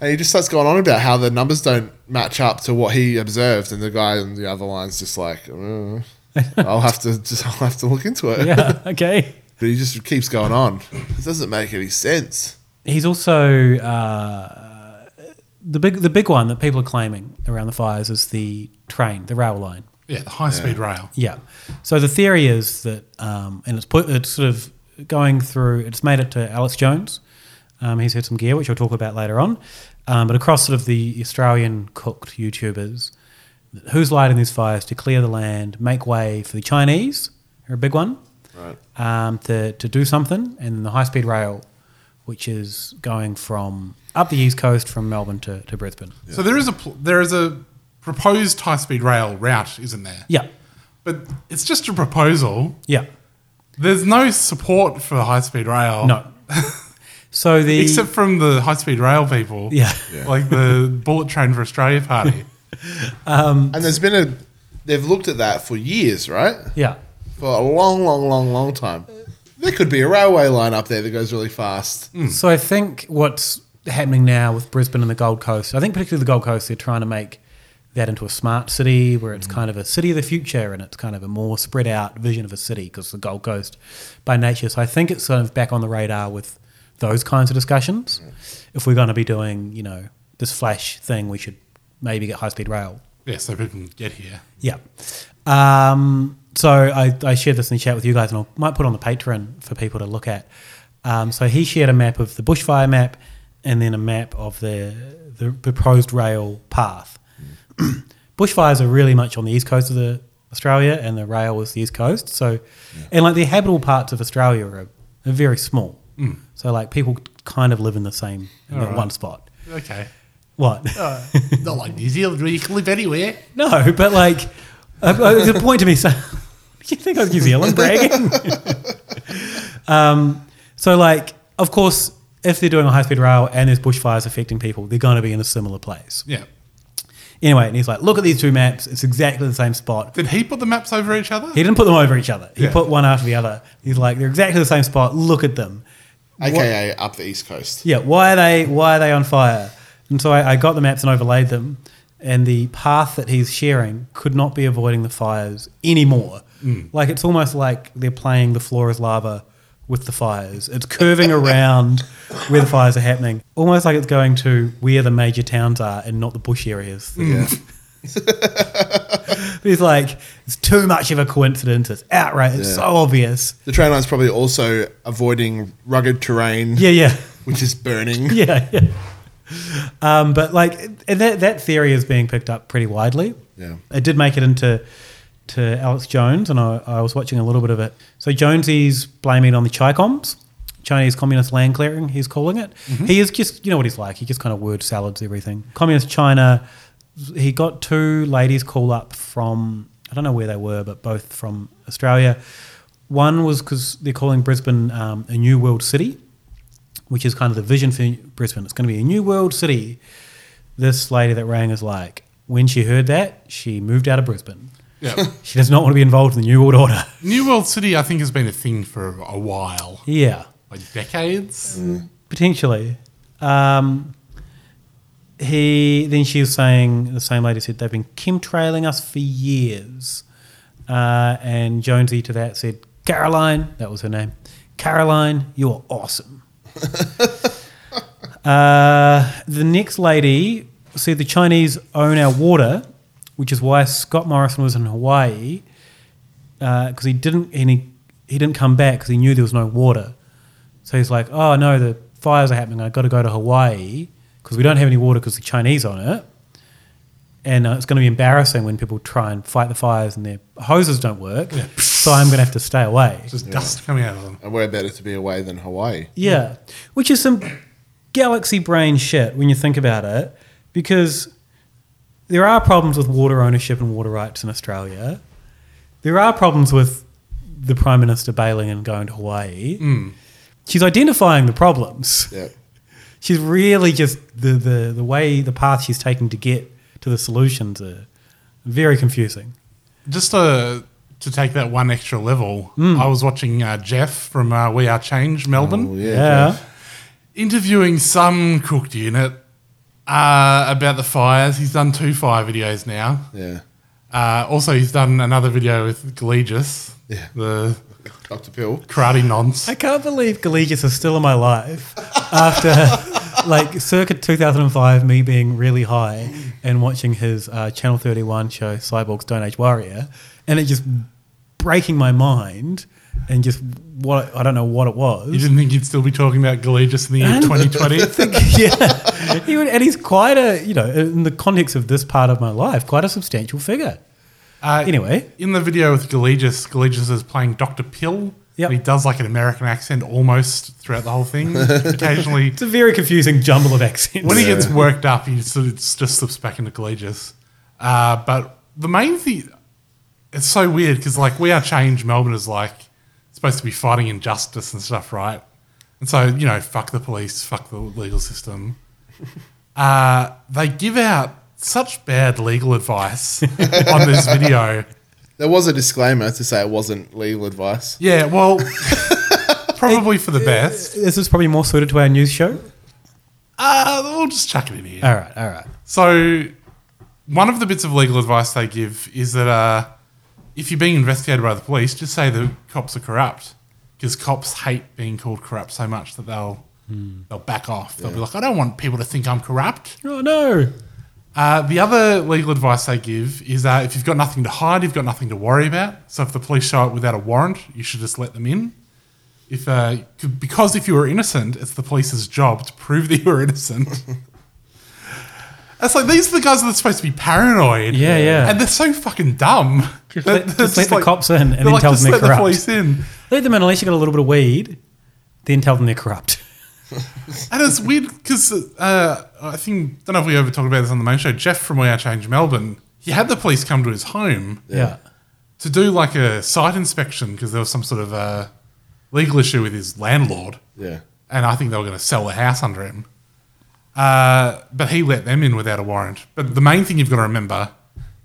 [SPEAKER 12] And he just starts going on about how the numbers don't match up to what he observed. And the guy on the other line's just like, "Uh, I'll have to just, I'll have to look into it.
[SPEAKER 11] Yeah, okay.
[SPEAKER 12] but he just keeps going on. It doesn't make any sense.
[SPEAKER 11] He's also uh, the big the big one that people are claiming around the fires is the train, the rail line.
[SPEAKER 10] Yeah, the high speed rail.
[SPEAKER 11] Yeah. So the theory is that, um, and it's put, it's sort of going through. It's made it to Alex Jones. Um, he's had some gear, which I'll talk about later on. Um, but across sort of the Australian cooked YouTubers, who's lighting these fires to clear the land, make way for the Chinese, are a big one,
[SPEAKER 12] Right.
[SPEAKER 11] um, to to do something, and the high speed rail, which is going from up the east coast from Melbourne to, to Brisbane.
[SPEAKER 10] So there is a pl- there is a proposed high speed rail route, isn't there?
[SPEAKER 11] Yeah.
[SPEAKER 10] But it's just a proposal.
[SPEAKER 11] Yeah.
[SPEAKER 10] There's no support for high speed rail.
[SPEAKER 11] No. So the
[SPEAKER 10] except from the high speed rail people.
[SPEAKER 11] Yeah. Yeah.
[SPEAKER 10] Like the bullet train for Australia party.
[SPEAKER 12] and there's been a, they've looked at that for years, right?
[SPEAKER 11] Yeah.
[SPEAKER 12] For a long, long, long, long time. There could be a railway line up there that goes really fast.
[SPEAKER 11] So I think what's happening now with Brisbane and the Gold Coast, I think particularly the Gold Coast, they're trying to make that into a smart city where it's kind of a city of the future and it's kind of a more spread out vision of a city because the Gold Coast by nature. So I think it's sort of back on the radar with those kinds of discussions. If we're going to be doing, you know, this flash thing, we should maybe get high speed rail.
[SPEAKER 10] Yeah, so people can get here.
[SPEAKER 11] Yeah. Um, so I, I shared this in the chat with you guys, and I might put it on the Patreon for people to look at. Um, so he shared a map of the bushfire map, and then a map of the the proposed rail path. bushfires are really much on the east coast of the Australia, and the rail is the east coast. So, and like the habitable parts of Australia are, are very small.
[SPEAKER 10] Mm.
[SPEAKER 11] So like people kind of live in the same in that
[SPEAKER 10] Alright.
[SPEAKER 11] one spot.
[SPEAKER 10] Okay.
[SPEAKER 11] What?
[SPEAKER 10] Uh, not like New Zealand where you can live anywhere.
[SPEAKER 11] No, but like, uh, uh, there's a point to me. So, you think I was New Zealand bragging? um, so, like, of course, if they're doing a high speed rail and there's bushfires affecting people, they're going to be in a similar place.
[SPEAKER 10] Yeah.
[SPEAKER 11] Anyway, and he's like, look at these two maps. It's exactly the same spot.
[SPEAKER 10] Did he put the maps over each other?
[SPEAKER 11] He didn't put them over each other. He
[SPEAKER 10] Yeah.
[SPEAKER 11] put one after the other. He's like, they're exactly the same spot. Look at them.
[SPEAKER 12] AKA up the east coast.
[SPEAKER 11] Yeah, why are they why are they on fire? And so I, I got the maps and overlaid them, and the path that he's sharing could not be avoiding the fires anymore.
[SPEAKER 10] Mm.
[SPEAKER 11] Like it's almost like they're playing the floor is lava with the fires. It's curving around where the fires are happening, almost like it's going to where the major towns are and not the bush areas.
[SPEAKER 12] Yeah.
[SPEAKER 11] But he's like, it's too much of a coincidence. It's outright. It's
[SPEAKER 12] Yeah.
[SPEAKER 11] so obvious.
[SPEAKER 12] The train line's probably also avoiding rugged terrain.
[SPEAKER 11] Yeah, yeah.
[SPEAKER 12] Which is burning.
[SPEAKER 11] yeah, yeah. Um, but like and that that theory is being picked up pretty widely.
[SPEAKER 12] Yeah.
[SPEAKER 11] it did make it into to Alex Jones, and I, I was watching a little bit of it. So Jonesy's blaming it on the Chicoms, Chinese Communist Land Clearing. He's calling it.
[SPEAKER 10] Mm-hmm.
[SPEAKER 9] Mhm.
[SPEAKER 11] He is just you know what he's like. He just kind of word salads everything. Communist China. He got two ladies call up from I don't know where they were, but both from Australia. One was because they're calling Brisbane um, a new world city which is kind of the vision for Brisbane. It's going to be a new world city. This lady that rang is like, when she heard that, she moved out of Brisbane.
[SPEAKER 10] Yeah.
[SPEAKER 11] she does not want to be involved in the New World Order.
[SPEAKER 10] New World City, I think, has been a thing for a while.
[SPEAKER 11] Yeah.
[SPEAKER 10] Like decades.
[SPEAKER 11] Potentially. Um, he then she was saying the same lady said they've been chemtrailing us for years, uh, and Jonesy to that said Caroline, that was her name. Caroline, you are awesome. uh, the next lady said the Chinese own our water, which is why Scott Morrison was in Hawaii because he didn't and he, he didn't come back because he knew there was no water. So he's like, oh no, the fires are happening. I've got to go to Hawaii because we don't have any water because the Chinese on it. And uh, it's going to be embarrassing when people try and fight the fires and their hoses don't work.
[SPEAKER 10] Yeah.
[SPEAKER 11] So I'm going to have to stay away.
[SPEAKER 10] Just dust coming out of them.
[SPEAKER 12] And we're better to be away than Hawaii.
[SPEAKER 11] Yeah. Which is some galaxy brain shit when you think about it, because there are problems with water ownership and water rights in Australia. There are problems with the Prime Minister bailing and going to Hawaii.
[SPEAKER 10] Mm.
[SPEAKER 11] She's identifying the problems.
[SPEAKER 12] Yeah.
[SPEAKER 11] She's really just the, the, the way the path she's taking to get to the solutions are very confusing.
[SPEAKER 10] Just to, to take that one extra level,
[SPEAKER 11] Hmm.
[SPEAKER 10] I was watching uh, Jeff from uh, We Are Change Melbourne.
[SPEAKER 11] Yeah. Jeff.
[SPEAKER 10] Interviewing some cooked unit uh, about the fires. He's done two fire videos now.
[SPEAKER 12] Yeah.
[SPEAKER 10] Uh, also, he's done another video with Galegis.
[SPEAKER 12] Yeah.
[SPEAKER 10] The
[SPEAKER 12] Dr. Pill.
[SPEAKER 10] Karate nonce.
[SPEAKER 11] I can't believe Gallegis is still in my life after like circa 2005, me being really high and watching his uh, Channel 31 show, Cyborg Stone Age Warrior, and it just breaking my mind and just what I don't know what it was.
[SPEAKER 10] You didn't think you'd still be talking about Galegis in the year
[SPEAKER 11] And-
[SPEAKER 10] 2020?
[SPEAKER 11] yeah, he would, and he's quite a you know in the context of this part of my life, quite a substantial figure.
[SPEAKER 10] Uh,
[SPEAKER 11] Anyway.
[SPEAKER 10] in the video with Galegis, Galegis is playing Doctor Pill. Yeah, he does like an American accent almost throughout the whole thing. Occasionally,
[SPEAKER 11] it's a very confusing jumble of accents.
[SPEAKER 10] when he gets worked up, he sort of just slips back into Galegis. Uh, but the main thing, it's so weird because like we are change. Melbourne is like supposed to be fighting injustice and stuff, right? And so you know, fuck the police, fuck the legal system. Uh, they give out such bad legal advice on this video.
[SPEAKER 12] There was a disclaimer to say it wasn't legal advice.
[SPEAKER 10] Yeah, well, probably for the best.
[SPEAKER 11] This is probably more suited to our news show.
[SPEAKER 10] Uh, we'll just chuck it in here.
[SPEAKER 11] All right, all right.
[SPEAKER 10] So, one of the bits of legal advice they give is that uh, if you're being investigated by the police, just say the cops are corrupt because cops hate being called corrupt so much that they'll they'll back off. They'll be like, I don't want people to think I'm corrupt.
[SPEAKER 11] Hmm. Oh no.
[SPEAKER 10] Uh, the other legal advice they give is that if you've got nothing to hide, you've got nothing to worry about. So if the police show up without a warrant, you should just let them in. If uh, c- because if you were innocent, it's the police's job to prove that you were innocent. It's like these are the guys that's supposed to be paranoid.
[SPEAKER 11] Yeah, yeah.
[SPEAKER 10] And they're so fucking dumb.
[SPEAKER 11] Just
[SPEAKER 10] They're-
[SPEAKER 11] let,
[SPEAKER 10] they're
[SPEAKER 11] just let the
[SPEAKER 10] like-
[SPEAKER 11] cops in and
[SPEAKER 10] they're
[SPEAKER 11] then
[SPEAKER 10] like,
[SPEAKER 11] tell
[SPEAKER 10] "Just
[SPEAKER 11] them they're
[SPEAKER 10] let the
[SPEAKER 11] corrupt.
[SPEAKER 10] police in.
[SPEAKER 11] Let them in unless you got a little bit of weed, then tell them they're corrupt.
[SPEAKER 10] And it's weird because uh, I think don't know if we ever talked about this on the main show. Jeff from We Are Change Melbourne, he had the police come to his home,
[SPEAKER 11] Yeah.
[SPEAKER 10] to do like a site inspection because there was some sort of uh, legal issue with his landlord.
[SPEAKER 12] Yeah.
[SPEAKER 10] and I think they were going to sell the house under him. Uh, but he let them in without a warrant. But the main thing you've got to remember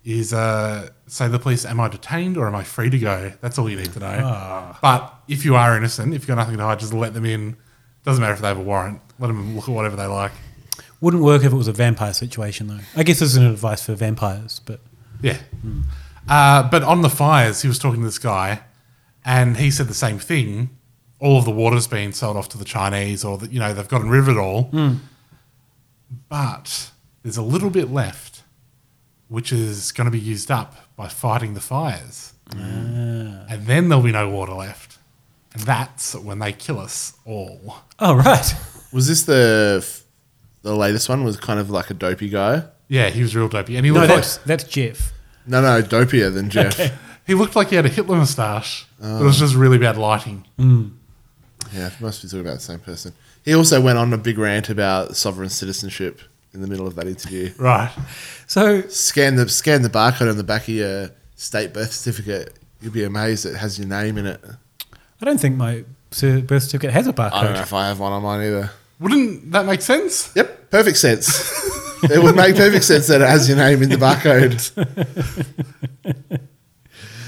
[SPEAKER 10] is uh, say to the police, "Am I detained or am I free to go?" That's all you need to know.
[SPEAKER 11] Ah.
[SPEAKER 10] But if you are innocent, if you've got nothing to hide, just let them in. Doesn't matter if they have a warrant. Let them look at whatever they like.
[SPEAKER 11] Wouldn't work if it was a vampire situation, though. I guess this isn't advice for vampires, but
[SPEAKER 10] Yeah. Uh, but on the fires, he was talking to this guy, and he said the same thing. All of the water's been sold off to the Chinese, or that you know they've gotten rid of it all.
[SPEAKER 11] Mm.
[SPEAKER 10] But there's a little bit left, which is going to be used up by fighting the fires, and then there'll be no water left, and that's when they kill us all.
[SPEAKER 11] Oh right.
[SPEAKER 12] Was this the f- the latest one? Was kind of like a dopey guy.
[SPEAKER 10] Yeah, he was real dopey, and he
[SPEAKER 11] no,
[SPEAKER 10] looked like
[SPEAKER 11] that's that's Jeff.
[SPEAKER 12] No, no, dopier than Jeff.
[SPEAKER 11] Okay.
[SPEAKER 10] he looked like he had a Hitler moustache. but It
[SPEAKER 12] Oh.
[SPEAKER 10] was just really bad lighting.
[SPEAKER 12] Yeah, must be talking about the same person. He also went on a big rant about sovereign citizenship in the middle of that interview.
[SPEAKER 10] Right.
[SPEAKER 11] So
[SPEAKER 12] scan the scan the barcode on the back of your state birth certificate. You'll be amazed it has your name in it.
[SPEAKER 11] I don't think my cer- birth certificate has a barcode.
[SPEAKER 12] I don't know if I have one on mine either.
[SPEAKER 10] Wouldn't that make sense?
[SPEAKER 12] Yep, perfect sense. it would make perfect sense that it has your name in the barcode.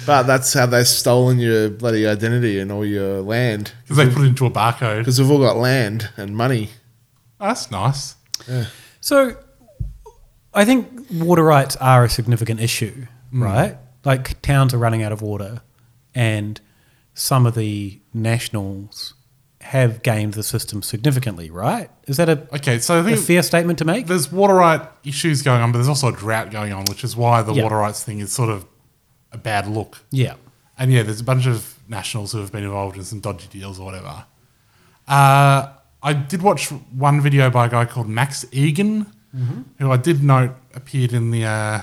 [SPEAKER 12] But that's how they've stolen your bloody identity and all your land.
[SPEAKER 10] Because they put it into a barcode.
[SPEAKER 12] Because we've all got land and money.
[SPEAKER 10] That's nice.
[SPEAKER 11] So, I think water rights are a significant issue,
[SPEAKER 10] Mm.
[SPEAKER 11] right? Like towns are running out of water, and some of the nationals have gamed the system significantly, right? Is that a
[SPEAKER 10] okay? So I think
[SPEAKER 11] a fair statement to make.
[SPEAKER 10] There's water right issues going on, but there's also a drought going on, which is why the
[SPEAKER 11] Yeah.
[SPEAKER 10] water rights thing is sort of a bad look.
[SPEAKER 11] Yeah.
[SPEAKER 10] And yeah, there's a bunch of nationals who have been involved in some dodgy deals or whatever. Uh, I did watch one video by a guy called Max Egan,
[SPEAKER 11] Mhm.
[SPEAKER 10] who I did note appeared in the uh,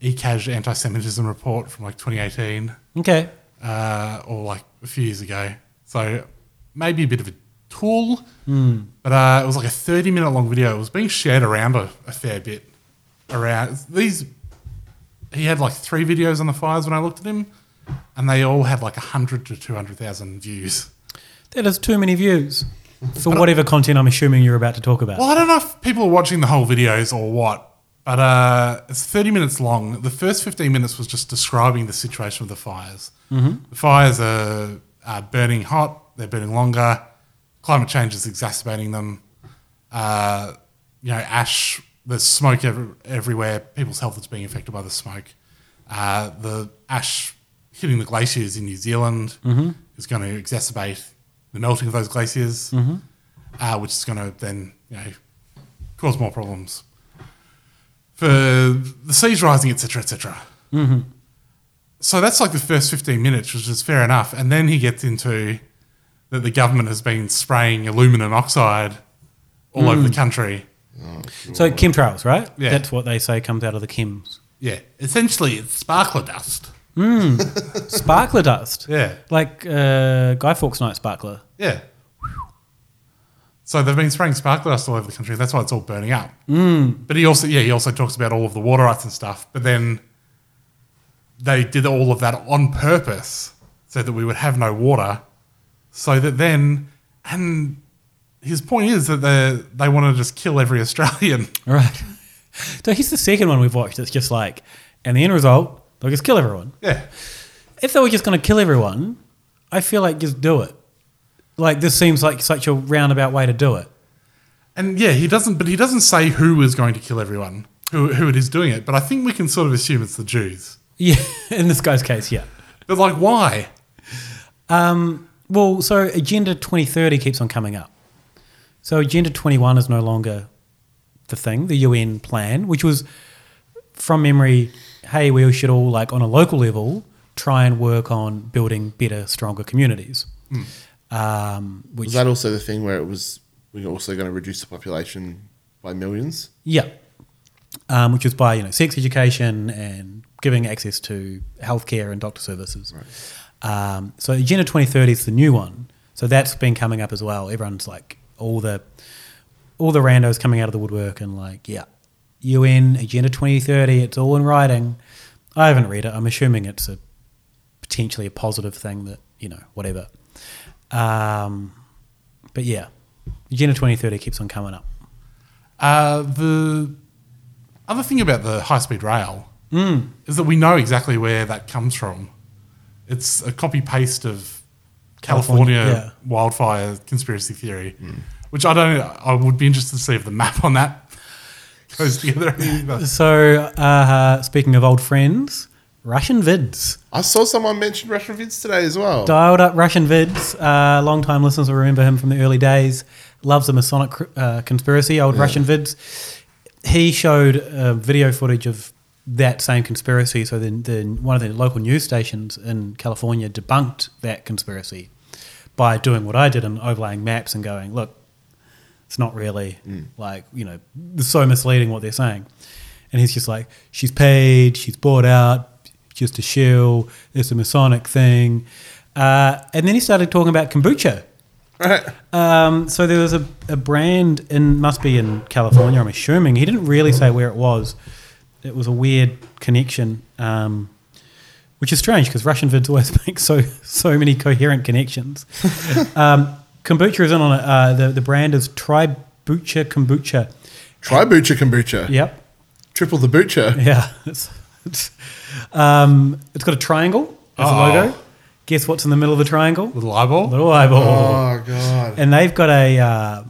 [SPEAKER 10] ECAJ anti Semitism report from like 2018.
[SPEAKER 11] Okay.
[SPEAKER 10] Uh, or like a few years ago. So maybe a bit of a tool.
[SPEAKER 11] Hmm.
[SPEAKER 10] But uh, it was like a 30 minute long video. It was being shared around a, a fair bit. Around these, he had like three videos on the fires when I looked at him, and they all had like 100 to 200,000 views.
[SPEAKER 11] That is too many views for
[SPEAKER 10] But I-
[SPEAKER 11] whatever content I'm assuming you're about to talk about.
[SPEAKER 10] Well, I don't know if people are watching the whole videos or what, but uh, it's 30 minutes long. The first 15 minutes was just describing the situation with the fires.
[SPEAKER 11] Mhm.
[SPEAKER 10] The fires are, are burning hot, they're burning longer. Climate change is exacerbating them. Uh, you know, ash, there's smoke ev- everywhere. People's health is being affected by the smoke. Uh, the ash hitting the glaciers in New Zealand
[SPEAKER 11] Mhm.
[SPEAKER 10] is going to exacerbate the melting of those glaciers,
[SPEAKER 11] Mhm.
[SPEAKER 10] uh, which is going to then you know cause more problems for the seas rising, etc., etc.
[SPEAKER 11] Mhm.
[SPEAKER 10] So that's like the first fifteen minutes, which is fair enough, and then he gets into that the government has been spraying aluminum oxide all over
[SPEAKER 11] Mm.
[SPEAKER 10] the country.
[SPEAKER 11] So chemtrails, right?
[SPEAKER 10] Yeah.
[SPEAKER 11] That's what they say comes out of the chems.
[SPEAKER 10] Yeah, essentially it's sparkler dust.
[SPEAKER 11] Mm. sparkler dust.
[SPEAKER 10] Yeah.
[SPEAKER 11] Like uh, Guy Fawkes Night Sparkler.
[SPEAKER 10] Yeah. So they've been spraying sparkler dust all over the country. That's why it's all burning up.
[SPEAKER 11] Mm.
[SPEAKER 10] But he also, yeah, he also talks about all of the water rights and stuff. But then they did all of that on purpose so that we would have no water. So that then, and his point is that they they want to just kill every Australian.
[SPEAKER 11] All right. So he's the second one we've watched. It's just like, and the end result, they'll just kill everyone.
[SPEAKER 10] Yeah.
[SPEAKER 11] If they were just going to kill everyone, I feel like just do it. Like this seems like such a roundabout way to do it.
[SPEAKER 10] And yeah, he doesn't, but he doesn't say who is going to kill everyone, who, who it is doing it. But I think we can sort of assume it's the Jews.
[SPEAKER 11] Yeah, in this guy's case, yeah.
[SPEAKER 10] But like, why?
[SPEAKER 11] Um, well, so Agenda 2030 keeps on coming up. So Agenda 21 is no longer the thing, the UN plan, which was from memory, hey, we should all, like, on a local level, try and work on building better, stronger communities.
[SPEAKER 12] Hmm.
[SPEAKER 11] Um, which,
[SPEAKER 12] was that also the thing where it was we're also going to reduce the population by millions?
[SPEAKER 11] yeah. um, which is by you know sex education and giving access to healthcare and doctor services. Um, so Agenda 2030 is the new one. So that's been coming up as well. Everyone's like all the all the randos coming out of the woodwork and like yeah, UN Agenda 2030. It's all in writing. I haven't read it. I'm assuming it's a potentially a positive thing that you know whatever. Um, but yeah, Agenda 2030 keeps on coming up.
[SPEAKER 10] Uh, the other thing about the high speed rail
[SPEAKER 11] Hmm.
[SPEAKER 10] is that we know exactly where that comes from. It's a copy paste of California,
[SPEAKER 11] California,
[SPEAKER 10] wildfire conspiracy theory,
[SPEAKER 12] Hmm.
[SPEAKER 10] which I don't. I would be interested to see if the map on that goes together. either.
[SPEAKER 11] So uh, speaking of old friends, Russian vids.
[SPEAKER 12] I saw someone mention Russian vids today as well.
[SPEAKER 11] Dialed up Russian vids. Uh, Long time listeners will remember him from the early days. Loves the Masonic cr- uh, conspiracy, old
[SPEAKER 12] Yeah.
[SPEAKER 11] Russian vids. He showed uh, video footage of that same conspiracy. So then the, one of the local news stations in California debunked that conspiracy by doing what I did and overlaying maps and going, look, it's not really
[SPEAKER 12] Mm.
[SPEAKER 11] like, you know, it's so misleading what they're saying. And he's just like, she's paid, she's bought out, just a shill, it's a Masonic thing. Uh, and then he started talking about kombucha.
[SPEAKER 12] Right.
[SPEAKER 11] Um, so there was a, a brand in, must be in California, I'm assuming. He didn't really say where it was. It was a weird connection, um, which is strange because Russian vids always make so, so many coherent connections. um, kombucha is in on it. Uh, the, the brand is Tribucha Kombucha.
[SPEAKER 12] Tribucha kombucha.
[SPEAKER 11] Yep.
[SPEAKER 12] Triple the butcher.
[SPEAKER 11] Yeah. It's, it's, um, it's got a triangle as
[SPEAKER 12] Oh.
[SPEAKER 11] a logo. Guess what's in the middle of the triangle?
[SPEAKER 10] Little eyeball.
[SPEAKER 11] Little eyeball.
[SPEAKER 12] Oh, God.
[SPEAKER 11] And they've got a uh,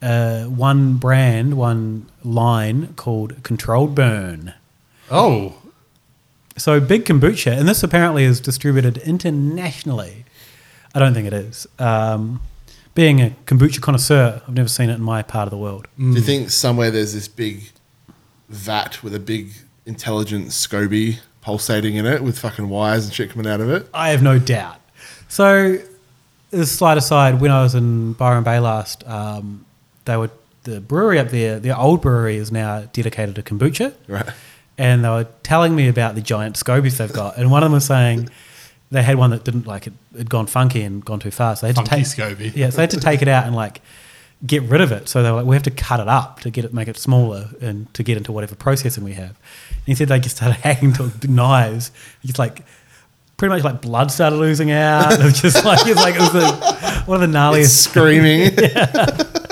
[SPEAKER 11] uh, one brand, one line called Controlled Burn.
[SPEAKER 10] Oh.
[SPEAKER 11] So big kombucha, and this apparently is distributed internationally. I don't think it is. Um, being a kombucha connoisseur, I've never seen it in my part of the world.
[SPEAKER 12] Do you think somewhere there's this big vat with a big intelligent SCOBY pulsating in it with fucking wires and shit coming out of it?
[SPEAKER 11] I have no doubt. So, this slight aside, when I was in Byron Bay last, um, they were the brewery up there. The old brewery is now dedicated to kombucha,
[SPEAKER 12] Right.
[SPEAKER 11] And they were telling me about the giant scobies they've got, and one of them was saying they had one that didn't like it had gone funky and gone too far, so they had
[SPEAKER 10] Funky
[SPEAKER 11] to take
[SPEAKER 10] SCOBY.
[SPEAKER 11] Yeah, so they had to take it out and like get rid of it. So they were like, we have to cut it up to get it, make it smaller, and to get into whatever processing we have. And he said they just started hacking to knives, just like pretty much like blood started oozing out. It was just like it's like it was the, one of the gnarliest
[SPEAKER 12] It's screaming.
[SPEAKER 11] Yeah.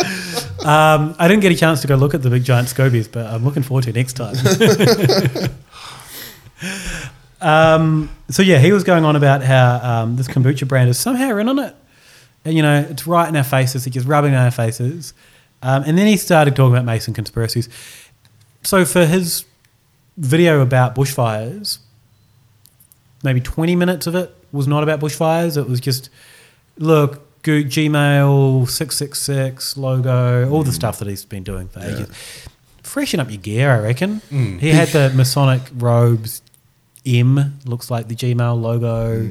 [SPEAKER 11] Um, I didn't get a chance to go look at the big giant scobies, but I'm looking forward to next time. um, so yeah, he was going on about how um, this kombucha brand is somehow in on it, and you know it's right in our faces. It's just rubbing it in our faces, um, and then he started talking about Mason conspiracies. So for his video about bushfires, maybe 20 minutes of it was not about bushfires. It was just, look, Go- Gmail, 666, logo, all the stuff that he's been doing for ages. Freshen up your gear, I reckon.
[SPEAKER 10] Mm.
[SPEAKER 11] He had the Masonic robes. M looks like the Gmail logo.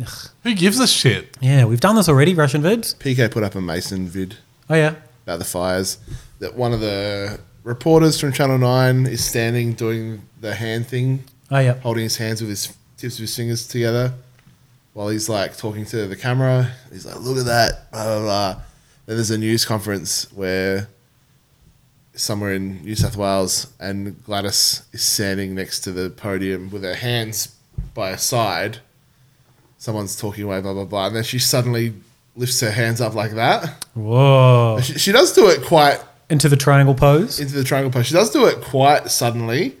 [SPEAKER 11] Ugh.
[SPEAKER 10] Who gives a shit?
[SPEAKER 11] Yeah, we've done this already, Russian vids.
[SPEAKER 12] PK put up a Mason vid.
[SPEAKER 11] Oh, yeah.
[SPEAKER 12] About the fires. That one of the reporters from Channel 9 is standing doing the hand thing.
[SPEAKER 11] Oh, yeah.
[SPEAKER 12] Holding his hands with his tips of his fingers together while he's like talking to the camera. He's like, look at that. Blah, blah, blah. Then there's a news conference where somewhere in New South Wales and Gladys is standing next to the podium with her hands by her side. Someone's talking away, blah, blah, blah. And then she suddenly lifts her hands up like that.
[SPEAKER 11] Whoa.
[SPEAKER 12] She, she does do it quite
[SPEAKER 11] Into the triangle pose.
[SPEAKER 12] into the triangle pose. She does do it quite suddenly.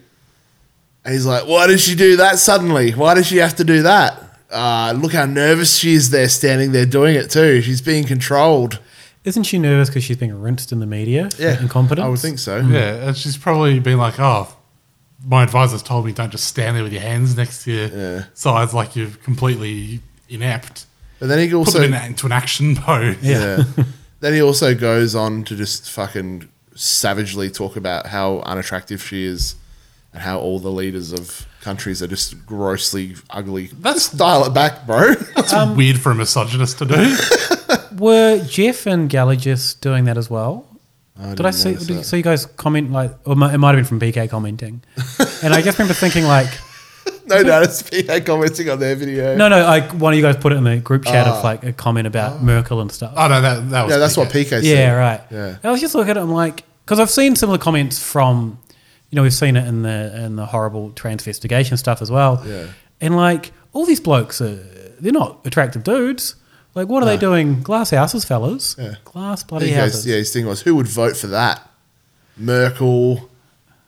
[SPEAKER 12] And he's like, Why did she do that suddenly? Why did she have to do that? Uh, look how nervous she is there standing there doing it too. She's being controlled.
[SPEAKER 11] Isn't she nervous because she's being rinsed in the media? for Incompetence?
[SPEAKER 12] I would think so.
[SPEAKER 10] Yeah, and she's probably been like, oh, my advisor's told me don't just stand there with your hands next to your sides like you're completely inept.
[SPEAKER 12] But then he also-
[SPEAKER 10] put them in, into an action pose.
[SPEAKER 12] Yeah. then he also goes on to just fucking savagely talk about how unattractive she is and how all the leaders of countries are just grossly ugly. That's dial it back, bro. That's
[SPEAKER 11] Um,
[SPEAKER 10] weird for a misogynist to do.
[SPEAKER 11] Were Jeff and Gallagher doing that as well? did I see? Did you, so you guys comment like, or it might it might have been from BK commenting, and I just remember thinking like,
[SPEAKER 12] No doubt it's PA commenting on their video.
[SPEAKER 11] no, no, like one of you guys put it in the group chat
[SPEAKER 12] Ah.
[SPEAKER 11] of like a comment about Merkel and stuff.
[SPEAKER 10] Oh, no, that- that was
[SPEAKER 12] Yeah, that's what PK said.
[SPEAKER 11] Yeah, right.
[SPEAKER 12] Yeah.
[SPEAKER 11] I was just looking at it. I'm like, because I've seen similar comments from, you know, we've seen it in the in the horrible transvestigation stuff as well.
[SPEAKER 12] Yeah.
[SPEAKER 11] And like all these blokes are, they're not attractive dudes. Like, what are they doing? Glass houses, fellas.
[SPEAKER 12] Yeah.
[SPEAKER 11] Glass bloody
[SPEAKER 12] He goes-
[SPEAKER 11] houses.
[SPEAKER 12] yeah, his thing was who would vote for that? Merkel,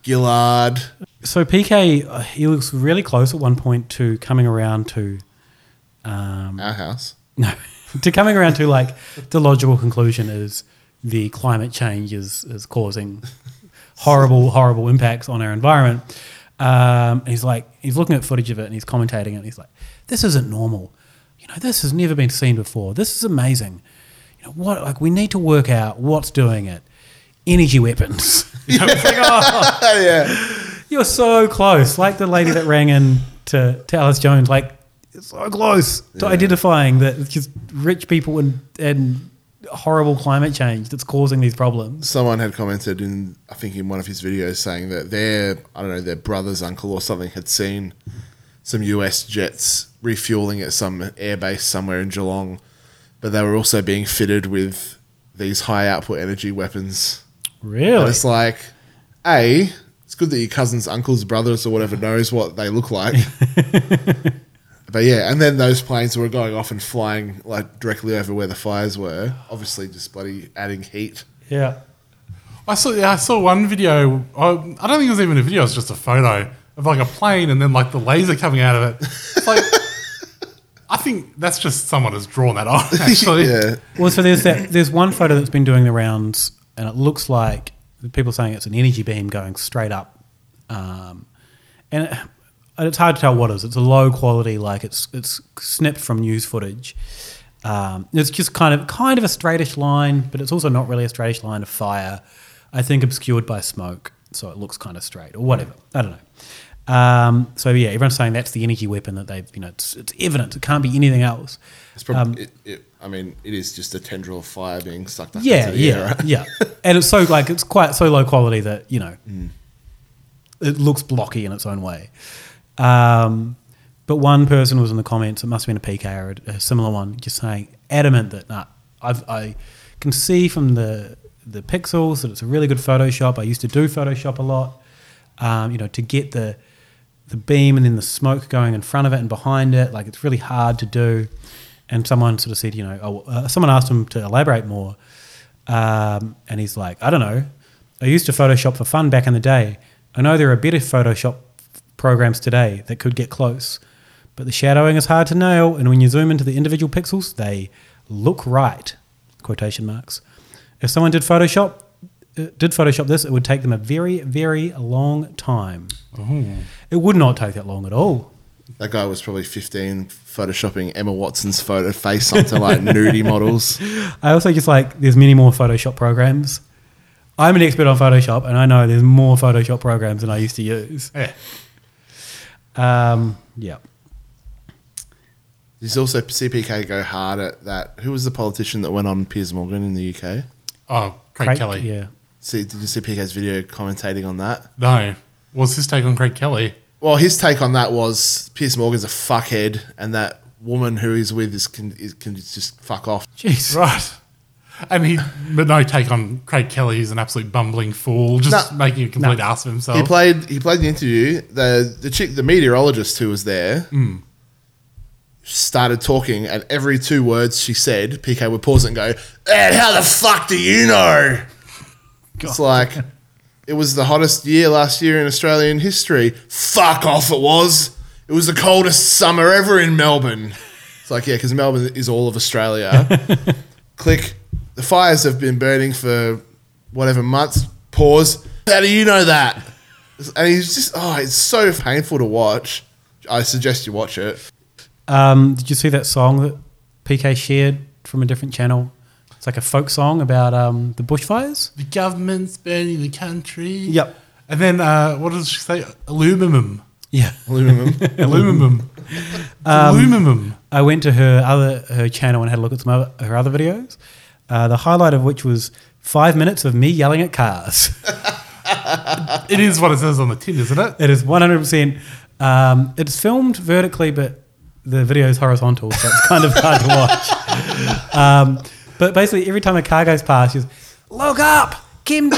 [SPEAKER 12] Gillard.
[SPEAKER 11] So PK, uh, he was really close at one point to coming around to um,
[SPEAKER 12] our house.
[SPEAKER 11] No, to coming around to like the logical conclusion is the climate change is is causing horrible, horrible impacts on our environment. Um, and he's like, he's looking at footage of it and he's commentating it. And he's like, this isn't normal. You know, this has never been seen before. This is amazing. You know what? Like, we need to work out what's doing it. Energy weapons. You know, it's like, oh, You're so close. Like the lady that rang in to, to Alice Jones, like so close to identifying that it's just rich people and, and horrible climate change that's causing these problems.
[SPEAKER 12] Someone had commented in, I think, in one of his videos saying that their, I don't know, their brother's uncle or something had seen some US jets refueling at some airbase somewhere in Geelong, but they were also being fitted with these high output energy weapons.
[SPEAKER 11] Really?
[SPEAKER 12] And it's like, A, it's good that your cousin's uncle's brothers or whatever knows what they look like. but yeah, and then those planes were going off and flying like directly over where the fires were, obviously just bloody adding heat.
[SPEAKER 11] Yeah.
[SPEAKER 10] I saw. Yeah, I saw one video. I, I don't think it was even a video. It was just a photo of like a plane and then like the laser coming out of it. It's like, I think that's just someone has drawn that on. Actually,
[SPEAKER 11] Well, so there's that. There's one photo that's been doing the rounds, and it looks like the people saying it's an energy beam going straight up, um, and, it, and it's hard to tell what it is. It's a low quality, like it's it's snipped from news footage. Um, it's just kind of kind of a straightish line, but it's also not really a straightish line of fire. I think obscured by smoke, so it looks kind of straight or whatever. I don't know. Um, so yeah, everyone's saying that's the energy weapon that they've you know it's, it's evident. It can't be anything else.
[SPEAKER 12] It's
[SPEAKER 11] Um,
[SPEAKER 12] probably, it, it, I mean, it is just a tendril of fire being sucked up.
[SPEAKER 11] yeah,
[SPEAKER 12] into the
[SPEAKER 11] yeah,
[SPEAKER 12] air, right?
[SPEAKER 11] yeah. And it's so like it's quite so low quality that you know
[SPEAKER 12] Mm.
[SPEAKER 11] it looks blocky in its own way. Um, but one person was in the comments. It must have been a PK or a, a similar one, just saying adamant that nah, I've, I can see from the the pixels that it's a really good Photoshop. I used to do Photoshop a lot, um, you know, to get the the beam and then the smoke going in front of it and behind it. Like it's really hard to do. And someone sort of said, you know, oh, uh, someone asked him to elaborate more. Um, and he's like, I don't know. I used to Photoshop for fun back in the day. I know there are better Photoshop programs today that could get close, but the shadowing is hard to nail. And when you zoom into the individual pixels, they look right. Quotation marks. If someone did Photoshop, uh, did Photoshop this, it would take them a very, very long time.
[SPEAKER 10] Oh.
[SPEAKER 11] It would not take that long at all.
[SPEAKER 12] That guy was probably 15, photoshopping Emma Watson's photo face onto like nudie models.
[SPEAKER 11] I also just like there's many more Photoshop programs. I'm an expert on Photoshop, and I know there's more Photoshop programs than I used to use.
[SPEAKER 10] Yeah.
[SPEAKER 11] Um, yeah.
[SPEAKER 12] There's also CPK go hard at that. Who was the politician that went on Piers Morgan in the UK?
[SPEAKER 10] Oh, Craig,
[SPEAKER 11] Craig,
[SPEAKER 10] Kelly.
[SPEAKER 11] yeah.
[SPEAKER 12] See, did you see PK's video commentating on that?
[SPEAKER 10] No, what was his take on Craig Kelly?
[SPEAKER 12] Well, his take on that was Piers Morgan's a fuckhead, and that woman who he's with is can, is, can just fuck off.
[SPEAKER 11] Jeez.
[SPEAKER 10] Right. And he, but no take on Craig Kelly. He's an absolute bumbling fool, just
[SPEAKER 12] No.
[SPEAKER 10] making a complete
[SPEAKER 12] No.
[SPEAKER 10] ass of himself.
[SPEAKER 12] He played. He played the interview. the The chick, the meteorologist who was there,
[SPEAKER 10] Mm.
[SPEAKER 12] started talking, and every two words she said, PK would pause it and go, "And how the fuck do you know?" It's like it was the hottest year last year in Australian history. Fuck off! It was. It was the coldest summer ever in Melbourne. It's like yeah, because Melbourne is all of Australia. Click. The fires have been burning for whatever months. Pause. How do you know that? And he's just oh, it's so painful to watch. I suggest you watch it.
[SPEAKER 11] Um, did you see that song that PK shared from a different channel? It's like a folk song about um, the bushfires.
[SPEAKER 10] The government's burning the country.
[SPEAKER 11] Yep.
[SPEAKER 10] And then uh, what does she say? Aluminum.
[SPEAKER 11] Yeah. Um,
[SPEAKER 12] Aluminum.
[SPEAKER 10] Aluminum. Aluminum.
[SPEAKER 11] I went to her other her channel and had a look at some other, her other videos. Uh, the highlight of which was Five minutes of me yelling at cars.
[SPEAKER 10] it is what it says on the tin, isn't it?
[SPEAKER 11] It is 100%. Um, it's filmed vertically, but the video is horizontal, so it's kind of hard to watch. Um, but basically, every time a car goes past, you look up, Kim,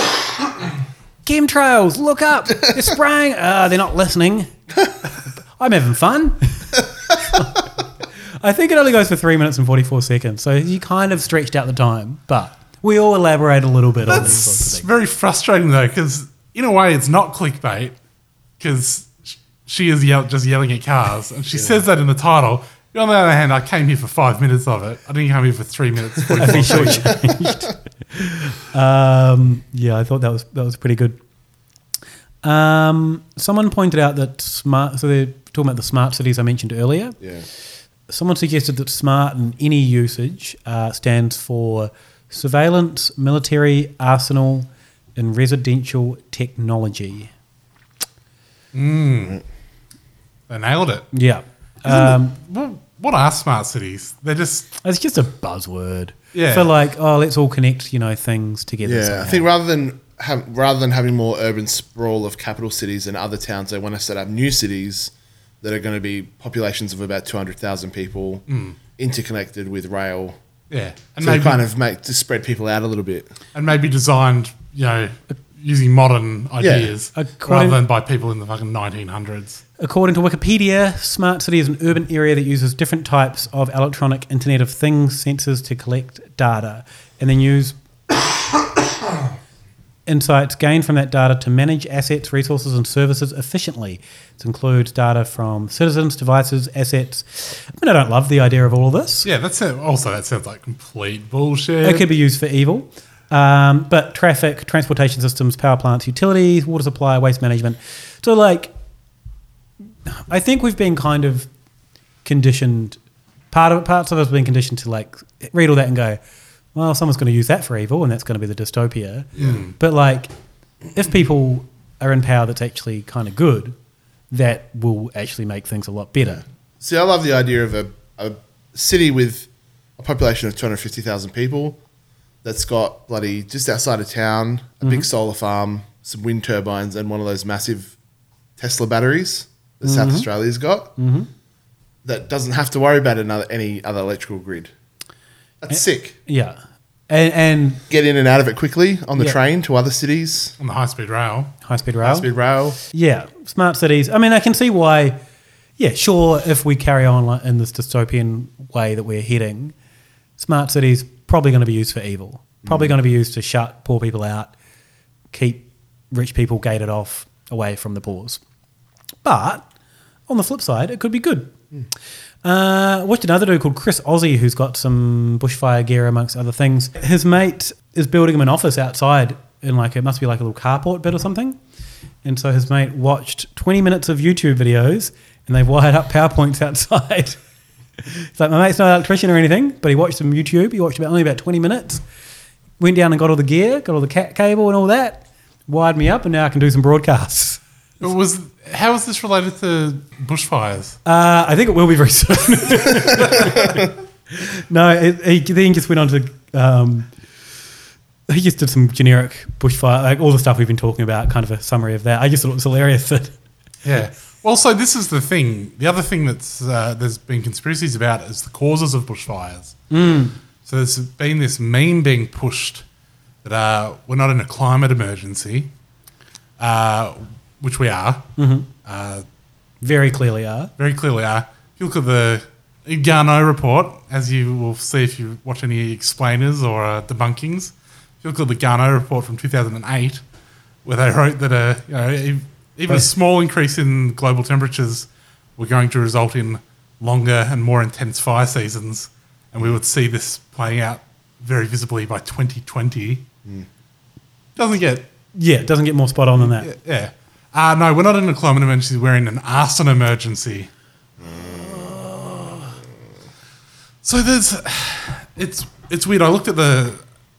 [SPEAKER 11] chemtrails, look up, they're spraying. Uh, they're not listening. I'm having fun. I think it only goes for three minutes and 44 seconds, so you kind of stretched out the time, but we all elaborate a little bit on these sorts of
[SPEAKER 10] That's very frustrating though, because in a way it's not clickbait, because she is yell- just yelling at cars, and she says that in the title. On the other hand, I came here for five minutes of it. I didn't come here for three minutes. 44
[SPEAKER 11] I think you're
[SPEAKER 10] seconds.
[SPEAKER 11] changed. um, yeah, I thought that was that was pretty good. Um, someone pointed out that smart. So they're talking about the smart cities I mentioned earlier.
[SPEAKER 12] Yeah.
[SPEAKER 11] Someone suggested that smart in any usage uh, stands for surveillance, military, arsenal, and residential technology.
[SPEAKER 10] Mm. They nailed it.
[SPEAKER 11] Yeah.
[SPEAKER 10] Isn't
[SPEAKER 11] Um,
[SPEAKER 10] it- what, what are smart cities? They're just.
[SPEAKER 11] It's just a buzzword.
[SPEAKER 10] Yeah.
[SPEAKER 11] For like, oh, let's all connect, you know, things together.
[SPEAKER 12] Yeah,
[SPEAKER 11] somehow.
[SPEAKER 12] I think rather than have, rather than having more urban sprawl of capital cities and other towns, they want to set up new cities that are going to be populations of about two hundred thousand people,
[SPEAKER 10] Mm.
[SPEAKER 12] interconnected with rail.
[SPEAKER 10] Yeah, and
[SPEAKER 12] and they
[SPEAKER 10] maybe-
[SPEAKER 12] kind of make to spread people out a little bit.
[SPEAKER 10] and maybe designed, you know, using modern ideas
[SPEAKER 11] Uh,
[SPEAKER 10] rather
[SPEAKER 11] quite-
[SPEAKER 10] than by people in the fucking 1900s.
[SPEAKER 11] According to Wikipedia, smart city is an urban area that uses different types of electronic Internet of Things sensors to collect data and then use insights gained from that data to manage assets, resources, and services efficiently. This includes data from citizens, devices, assets. I mean, I don't love the idea of all of this.
[SPEAKER 10] Yeah, that's it. Also, that sounds like complete bullshit.
[SPEAKER 11] It could be used for evil. Um, but traffic, transportation systems, power plants, utilities, water supply, waste management. So, like, I think we've been kind of conditioned. Part of parts of us have been conditioned to like read all that and go, "Well, someone's going to use that for evil, and that's going to be the dystopia."
[SPEAKER 10] Yeah.
[SPEAKER 11] But like, if people are in power, that's actually kind of good. That will actually make things a lot better.
[SPEAKER 12] See, I love the idea of a, a city with a population of 250,000 people that's got bloody just outside of town a
[SPEAKER 11] Mm-hmm.
[SPEAKER 12] big solar farm, some wind turbines, and one of those massive Tesla batteries that South
[SPEAKER 11] Mhm.
[SPEAKER 12] Australia's got
[SPEAKER 11] Mhm.
[SPEAKER 12] that doesn't have to worry about another any other electrical grid. That's sick.
[SPEAKER 11] Eh, Yeah, and, and
[SPEAKER 12] get in and out of it quickly on the
[SPEAKER 11] Yeah.
[SPEAKER 12] train to other cities
[SPEAKER 10] on the high speed rail.
[SPEAKER 11] High speed rail.
[SPEAKER 12] High speed rail.
[SPEAKER 11] Yeah, smart cities. I mean, I can see why. Yeah, sure. If we carry on like in this dystopian way that we're heading, smart cities probably going to be used for evil. Probably
[SPEAKER 9] Mm.
[SPEAKER 11] going to be used to shut poor people out, keep rich people gated off away from the poor. But on the flip side, it could be good. Uh, watched another dude called Chris Ozzy who's got some bushfire gear amongst other things. His mate is building him an office outside in like it must be like a little carport bit or something. And so his mate watched 20 minutes of YouTube videos and they've wired up PowerPoints outside. it's like my mate's not an electrician or anything, but he watched some YouTube. He watched about only about 20 minutes. Went down and got all the gear, got all the cat cable and all that. Wired me up and now I can do some broadcasts.
[SPEAKER 10] It was how is this related to bushfires?
[SPEAKER 11] Uh, I think it will be very soon. no, it, he then just went on to. Um, he just did some generic bushfire, like all the stuff we've been talking about, kind of a summary of that. I just thought it was hilarious that
[SPEAKER 10] Yeah. Well, so this is the thing. The other thing that's uh, there's been conspiracies about is the causes of bushfires.
[SPEAKER 11] Mm.
[SPEAKER 10] So there's been this meme being pushed that uh, we're not in a climate emergency, uh, which we are.
[SPEAKER 11] Mhm.
[SPEAKER 10] Uh,
[SPEAKER 11] very clearly are.
[SPEAKER 10] Very clearly are. If you look at the Garneau report, as you will see if you watch any explainers or uh, debunkings, if you look at the Garneau report from 2008, where they wrote that a, you know, ev- even a small increase in global temperatures were going to result in longer and more intense fire seasons, and we would see this playing out very visibly by 2020. Doesn't get
[SPEAKER 11] Yeah, it doesn't get more spot on than that.
[SPEAKER 10] yeah. Uh, no, we're not in a climate emergency. We're in an arson emergency. So there's, it's it's weird. I looked at the,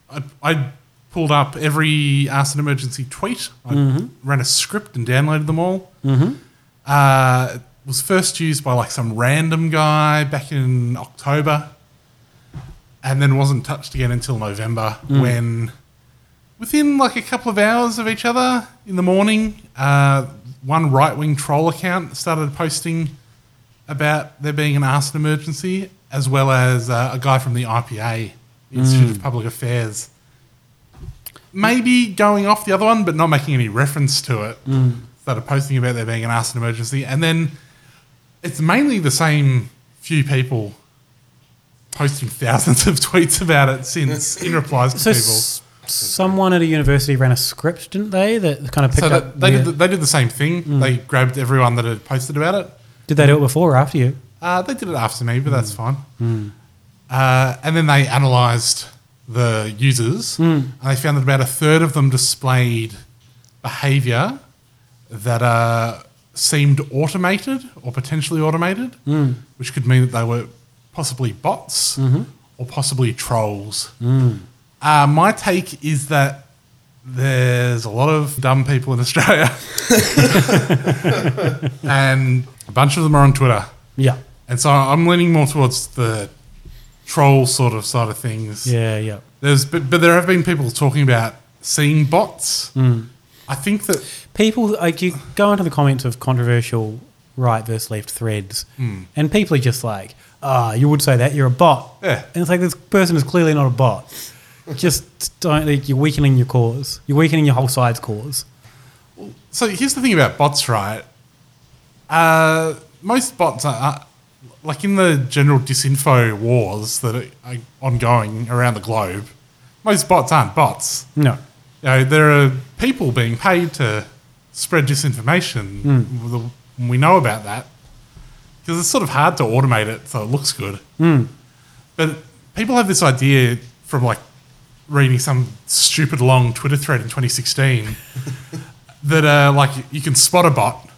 [SPEAKER 10] I, I pulled up every arson emergency tweet. I
[SPEAKER 11] Mhm.
[SPEAKER 10] ran a script and downloaded them all.
[SPEAKER 11] Mhm.
[SPEAKER 10] Uh, it was first used by like some random guy back in October, and then wasn't touched again until November
[SPEAKER 11] Mm.
[SPEAKER 10] when within like a couple of hours of each other in the morning, uh, one right wing troll account started posting about there being an arson emergency, as well as uh, a guy from the IPA, the Institute
[SPEAKER 13] Mm.
[SPEAKER 10] of Public Affairs, maybe going off the other one, but not making any reference to it.
[SPEAKER 13] Mm.
[SPEAKER 10] Started posting about there being an arson emergency, and then it's mainly the same few people posting thousands of tweets about it since in replies to
[SPEAKER 11] So
[SPEAKER 10] people.
[SPEAKER 11] s- someone at a university ran a script, didn't they? That kind of picked
[SPEAKER 10] So
[SPEAKER 11] up.
[SPEAKER 10] that, they,
[SPEAKER 11] where-
[SPEAKER 10] did the, they did the same thing. They grabbed everyone that had posted about it.
[SPEAKER 11] Did they do it before or after you? Mm.
[SPEAKER 10] Uh, they did it after me, but that's fine. Uh, and then they analysed the users,
[SPEAKER 11] Mm.
[SPEAKER 10] and they found that about a third of them displayed behaviour that uh, seemed automated or potentially automated,
[SPEAKER 13] Mm.
[SPEAKER 10] which could mean that they were possibly bots
[SPEAKER 11] Mm-hmm.
[SPEAKER 13] Mhm.
[SPEAKER 10] or possibly trolls.
[SPEAKER 11] Mm.
[SPEAKER 10] Uh, my take is that there's a lot of dumb people in Australia, and a bunch of them are on Twitter.
[SPEAKER 11] Yeah.
[SPEAKER 10] and so I'm leaning more towards the troll sort of side of things.
[SPEAKER 11] Yeah, yeah.
[SPEAKER 10] There's, but, but there have been people talking about seeing bots.
[SPEAKER 11] Mm.
[SPEAKER 10] I think that
[SPEAKER 11] people like you go into the comments of controversial right versus left threads,
[SPEAKER 10] Mm.
[SPEAKER 11] and people are just like, "Ah, you would say that you're a bot,"
[SPEAKER 10] Yeah.
[SPEAKER 11] and it's like this person is clearly not a bot. just don't. Like, you're weakening your cause. You're weakening your whole side's cause.
[SPEAKER 10] So here's the thing about bots, right? Uh, most bots are, are like in the general disinfo wars that are are ongoing around the globe. Most bots aren't bots.
[SPEAKER 11] No.
[SPEAKER 10] You know, there are people being paid to spread disinformation.
[SPEAKER 13] Mm.
[SPEAKER 10] We know about that because it's sort of hard to automate it so it looks good.
[SPEAKER 13] Mm.
[SPEAKER 10] But people have this idea from like reading some stupid long Twitter thread in 2016 that uh, like you can spot a bot.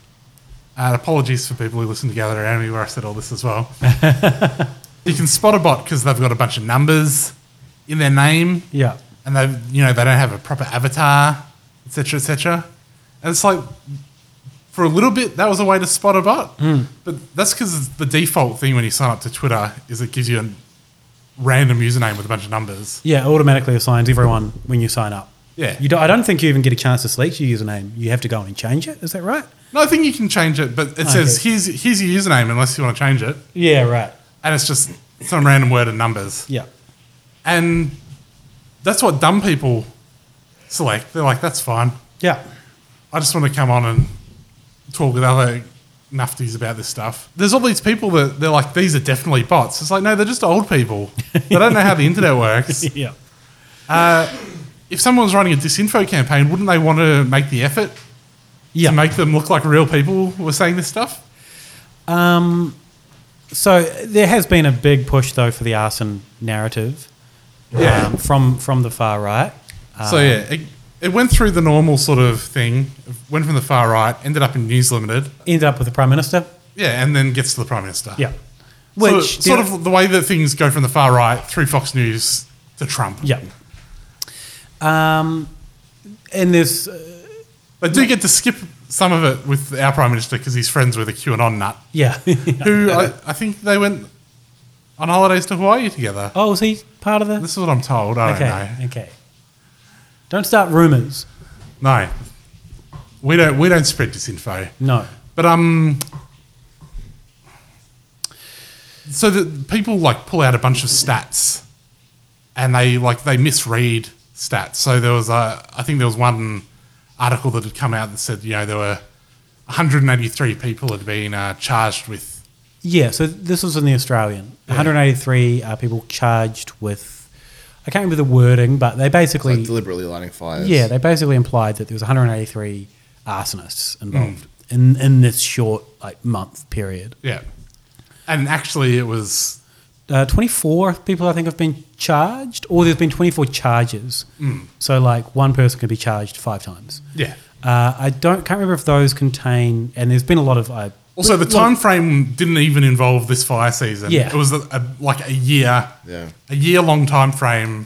[SPEAKER 10] And apologies for people who listen to Gather Around Me where I said all this as well. you can spot a bot because they've got a bunch of numbers in their name.
[SPEAKER 11] Yeah.
[SPEAKER 10] And they have you know they don't have a proper avatar, etc., etc. And it's like for a little bit that was a way to spot a bot.
[SPEAKER 11] Hmm.
[SPEAKER 13] Mm.
[SPEAKER 10] But that's because the default thing when you sign up to Twitter is it gives you a random username with a bunch of numbers.
[SPEAKER 11] Yeah, it automatically assigns everyone when you sign up.
[SPEAKER 10] Yeah.
[SPEAKER 11] You don't, I don't think you even get a chance to select your username. You have to go and change it. Is that right?
[SPEAKER 10] No, I think you can change it, but it says
[SPEAKER 11] Okay.
[SPEAKER 10] here's here's your username unless you want to change it.
[SPEAKER 11] Yeah, right.
[SPEAKER 10] And it's just some random word and numbers.
[SPEAKER 11] Yeah.
[SPEAKER 10] And that's what dumb people select. They're like, that's fine.
[SPEAKER 11] Yeah.
[SPEAKER 10] I just want to come on and talk with other nufties about this stuff. There's all these people that they're like, these are definitely bots. It's like, no, they're just old people. They don't know how the internet works.
[SPEAKER 11] yeah.
[SPEAKER 10] Uh, if someone was running a disinfo campaign, wouldn't they want to make the effort to make them look like real people were saying this stuff?
[SPEAKER 11] Um, so there has been a big push though for the arson narrative.
[SPEAKER 10] Yeah.
[SPEAKER 11] um, from from the far right.
[SPEAKER 10] so
[SPEAKER 11] Um,
[SPEAKER 10] yeah, it, it went through the normal sort of thing. Went from the far right, ended up in News Limited.
[SPEAKER 11] ended up with the prime minister.
[SPEAKER 10] Yeah, and then gets to the prime minister.
[SPEAKER 11] Yeah.
[SPEAKER 10] Which
[SPEAKER 11] Which-
[SPEAKER 10] sort of the way that things go from the far right through Fox News to Trump.
[SPEAKER 11] Yeah. Um, and there's
[SPEAKER 10] They do get to skip some of it with our prime minister because he's friends with a QAnon nut.
[SPEAKER 11] Yeah.
[SPEAKER 10] who I, I think they went on holidays to Hawaii together.
[SPEAKER 11] Oh, was he part of the?
[SPEAKER 10] This is what I'm told. I
[SPEAKER 11] okay,
[SPEAKER 10] don't know.
[SPEAKER 11] okay. Don't start rumors.
[SPEAKER 10] No, we don't. We don't spread disinfo.
[SPEAKER 11] No.
[SPEAKER 10] But um, so that people like pull out a bunch of stats, and they like they misread stats. So there was a, I think there was one article that had come out that said you know there were 183 people had been uh, charged with
[SPEAKER 11] Yeah, so this was in the Australian.
[SPEAKER 10] Yeah.
[SPEAKER 11] 183 uh, people charged with, I can't remember the wording, but they basically
[SPEAKER 12] Like deliberately lighting fires.
[SPEAKER 11] Yeah, they basically implied that there was 183 arsonists involved in in this short like month period.
[SPEAKER 10] yeah, and actually it was
[SPEAKER 11] Uh, 24 people I think have been charged, or there's been 24 charges.
[SPEAKER 10] Mm.
[SPEAKER 11] So like one person can be charged five times.
[SPEAKER 10] Yeah.
[SPEAKER 11] Uh, I don't can't remember if those contain, and there's been a lot of. Uh,
[SPEAKER 10] also the
[SPEAKER 11] lot of-
[SPEAKER 10] time frame didn't even involve this fire season.
[SPEAKER 11] Yeah.
[SPEAKER 10] it was a, a, like a year,
[SPEAKER 12] Yeah.
[SPEAKER 10] a year long time frame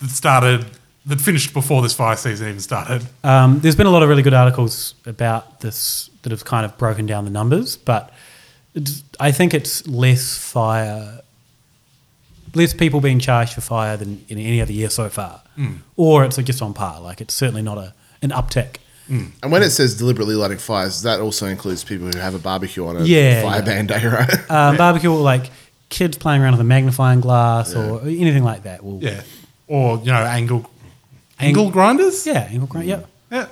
[SPEAKER 10] that started that finished before this fire season even started.
[SPEAKER 11] Um, there's been a lot of really good articles about this that have kind of broken down the numbers, but it's, I think it's less fire, less people being charged for fire than in any other year so far,
[SPEAKER 12] Mm.
[SPEAKER 11] or it's like just on par. Like it's certainly not a an uptick.
[SPEAKER 12] And when it says deliberately lighting fires, that also includes people who have a barbecue on a
[SPEAKER 11] yeah,
[SPEAKER 12] fire
[SPEAKER 11] yeah.
[SPEAKER 12] ban day, right?
[SPEAKER 11] Um, Barbecue, or like kids playing around with a magnifying glass or anything like that. Will
[SPEAKER 10] Yeah. Or, you know, angle Angle grinders?
[SPEAKER 11] Yeah, angle grind. Yep.
[SPEAKER 10] Yeah.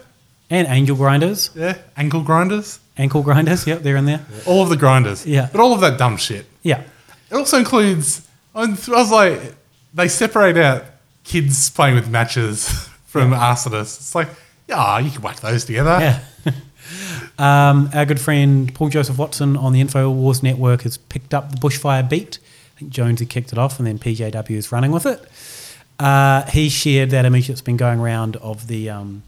[SPEAKER 11] And angel grinders.
[SPEAKER 10] Yeah, ankle grinders.
[SPEAKER 11] Ankle grinders. Yep, they're in there.
[SPEAKER 10] All of the grinders.
[SPEAKER 11] Yeah.
[SPEAKER 10] But all of that dumb shit.
[SPEAKER 11] Yeah.
[SPEAKER 10] It also includes. I was I was like, they separate out kids playing with matches from arsonists. It's like, yeah, you can whack those together.
[SPEAKER 11] Yeah. Um, our good friend Paul Joseph Watson on the InfoWars Network has picked up the bushfire beat. I think Jones had kicked it off, and then PJW is running with it. Uh, he shared that image that's been going around of the. Um,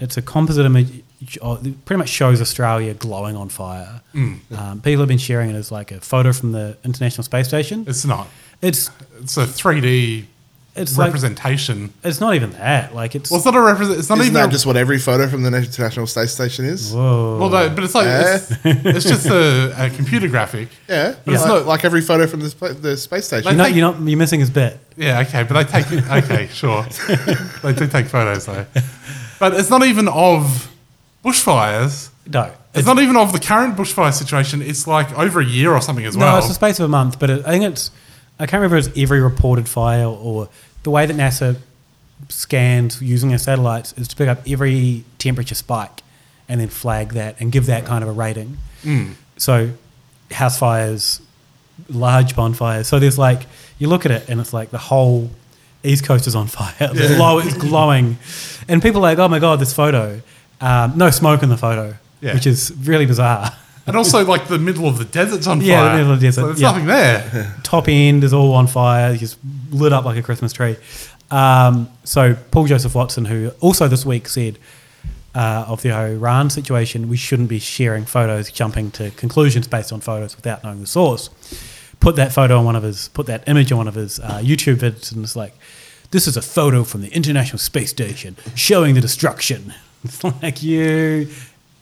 [SPEAKER 11] it's a composite image. Of, it pretty much shows Australia glowing on fire.
[SPEAKER 10] Mm.
[SPEAKER 11] Um, people have been sharing it as like a photo from the International Space Station.
[SPEAKER 10] It's not.
[SPEAKER 11] It's
[SPEAKER 10] it's a three D
[SPEAKER 11] like-
[SPEAKER 10] representation.
[SPEAKER 11] it's not even that. Like it's.
[SPEAKER 10] well, it's not a represent. It's not
[SPEAKER 12] Isn't
[SPEAKER 10] even
[SPEAKER 12] that
[SPEAKER 10] a-
[SPEAKER 12] just what every photo from the International Space Station is?
[SPEAKER 11] Whoa.
[SPEAKER 10] Well, no, but it's like
[SPEAKER 11] Eh?
[SPEAKER 10] it's, it's just a, a computer graphic.
[SPEAKER 12] Yeah,
[SPEAKER 10] but it's
[SPEAKER 12] like,
[SPEAKER 10] not.
[SPEAKER 12] like every photo from the, spa- the space
[SPEAKER 11] You're
[SPEAKER 12] station.
[SPEAKER 11] not, you're not. You're missing his bit.
[SPEAKER 10] Yeah, okay, but they take okay, sure. they do take photos though, but it's not even of bushfires.
[SPEAKER 11] No,
[SPEAKER 10] it's, not even of the current bushfire situation. It's like over a year or something as
[SPEAKER 11] No,
[SPEAKER 10] well.
[SPEAKER 11] it's the space of a month, but it, I think it's. I can't remember if it's every reported fire or the way that NASA scans using their satellites is to pick up every temperature spike and then flag that and give that kind of a rating.
[SPEAKER 10] Mm.
[SPEAKER 11] So, house fires, large bonfires. So there's like you look at it and it's like the whole East Coast is on fire. The
[SPEAKER 10] Yeah.
[SPEAKER 11] glow is glowing, and people are like, "Oh my god, this photo." Um, no smoke in the photo,
[SPEAKER 10] Yeah.
[SPEAKER 11] which is really bizarre.
[SPEAKER 10] and also like the middle of the desert's on
[SPEAKER 11] Yeah,
[SPEAKER 10] fire.
[SPEAKER 11] the middle of the desert.
[SPEAKER 10] So there's
[SPEAKER 11] yeah.
[SPEAKER 10] nothing there.
[SPEAKER 11] Top end is all on fire, just lit up like a Christmas tree. Um, so Paul Joseph Watson, who also this week said uh, of the Iran situation, we shouldn't be sharing photos, jumping to conclusions based on photos without knowing the source. Put that photo on one of his, put that image on one of his uh, YouTube vids, and it's like, this is a photo from the International Space Station showing the destruction. It's like you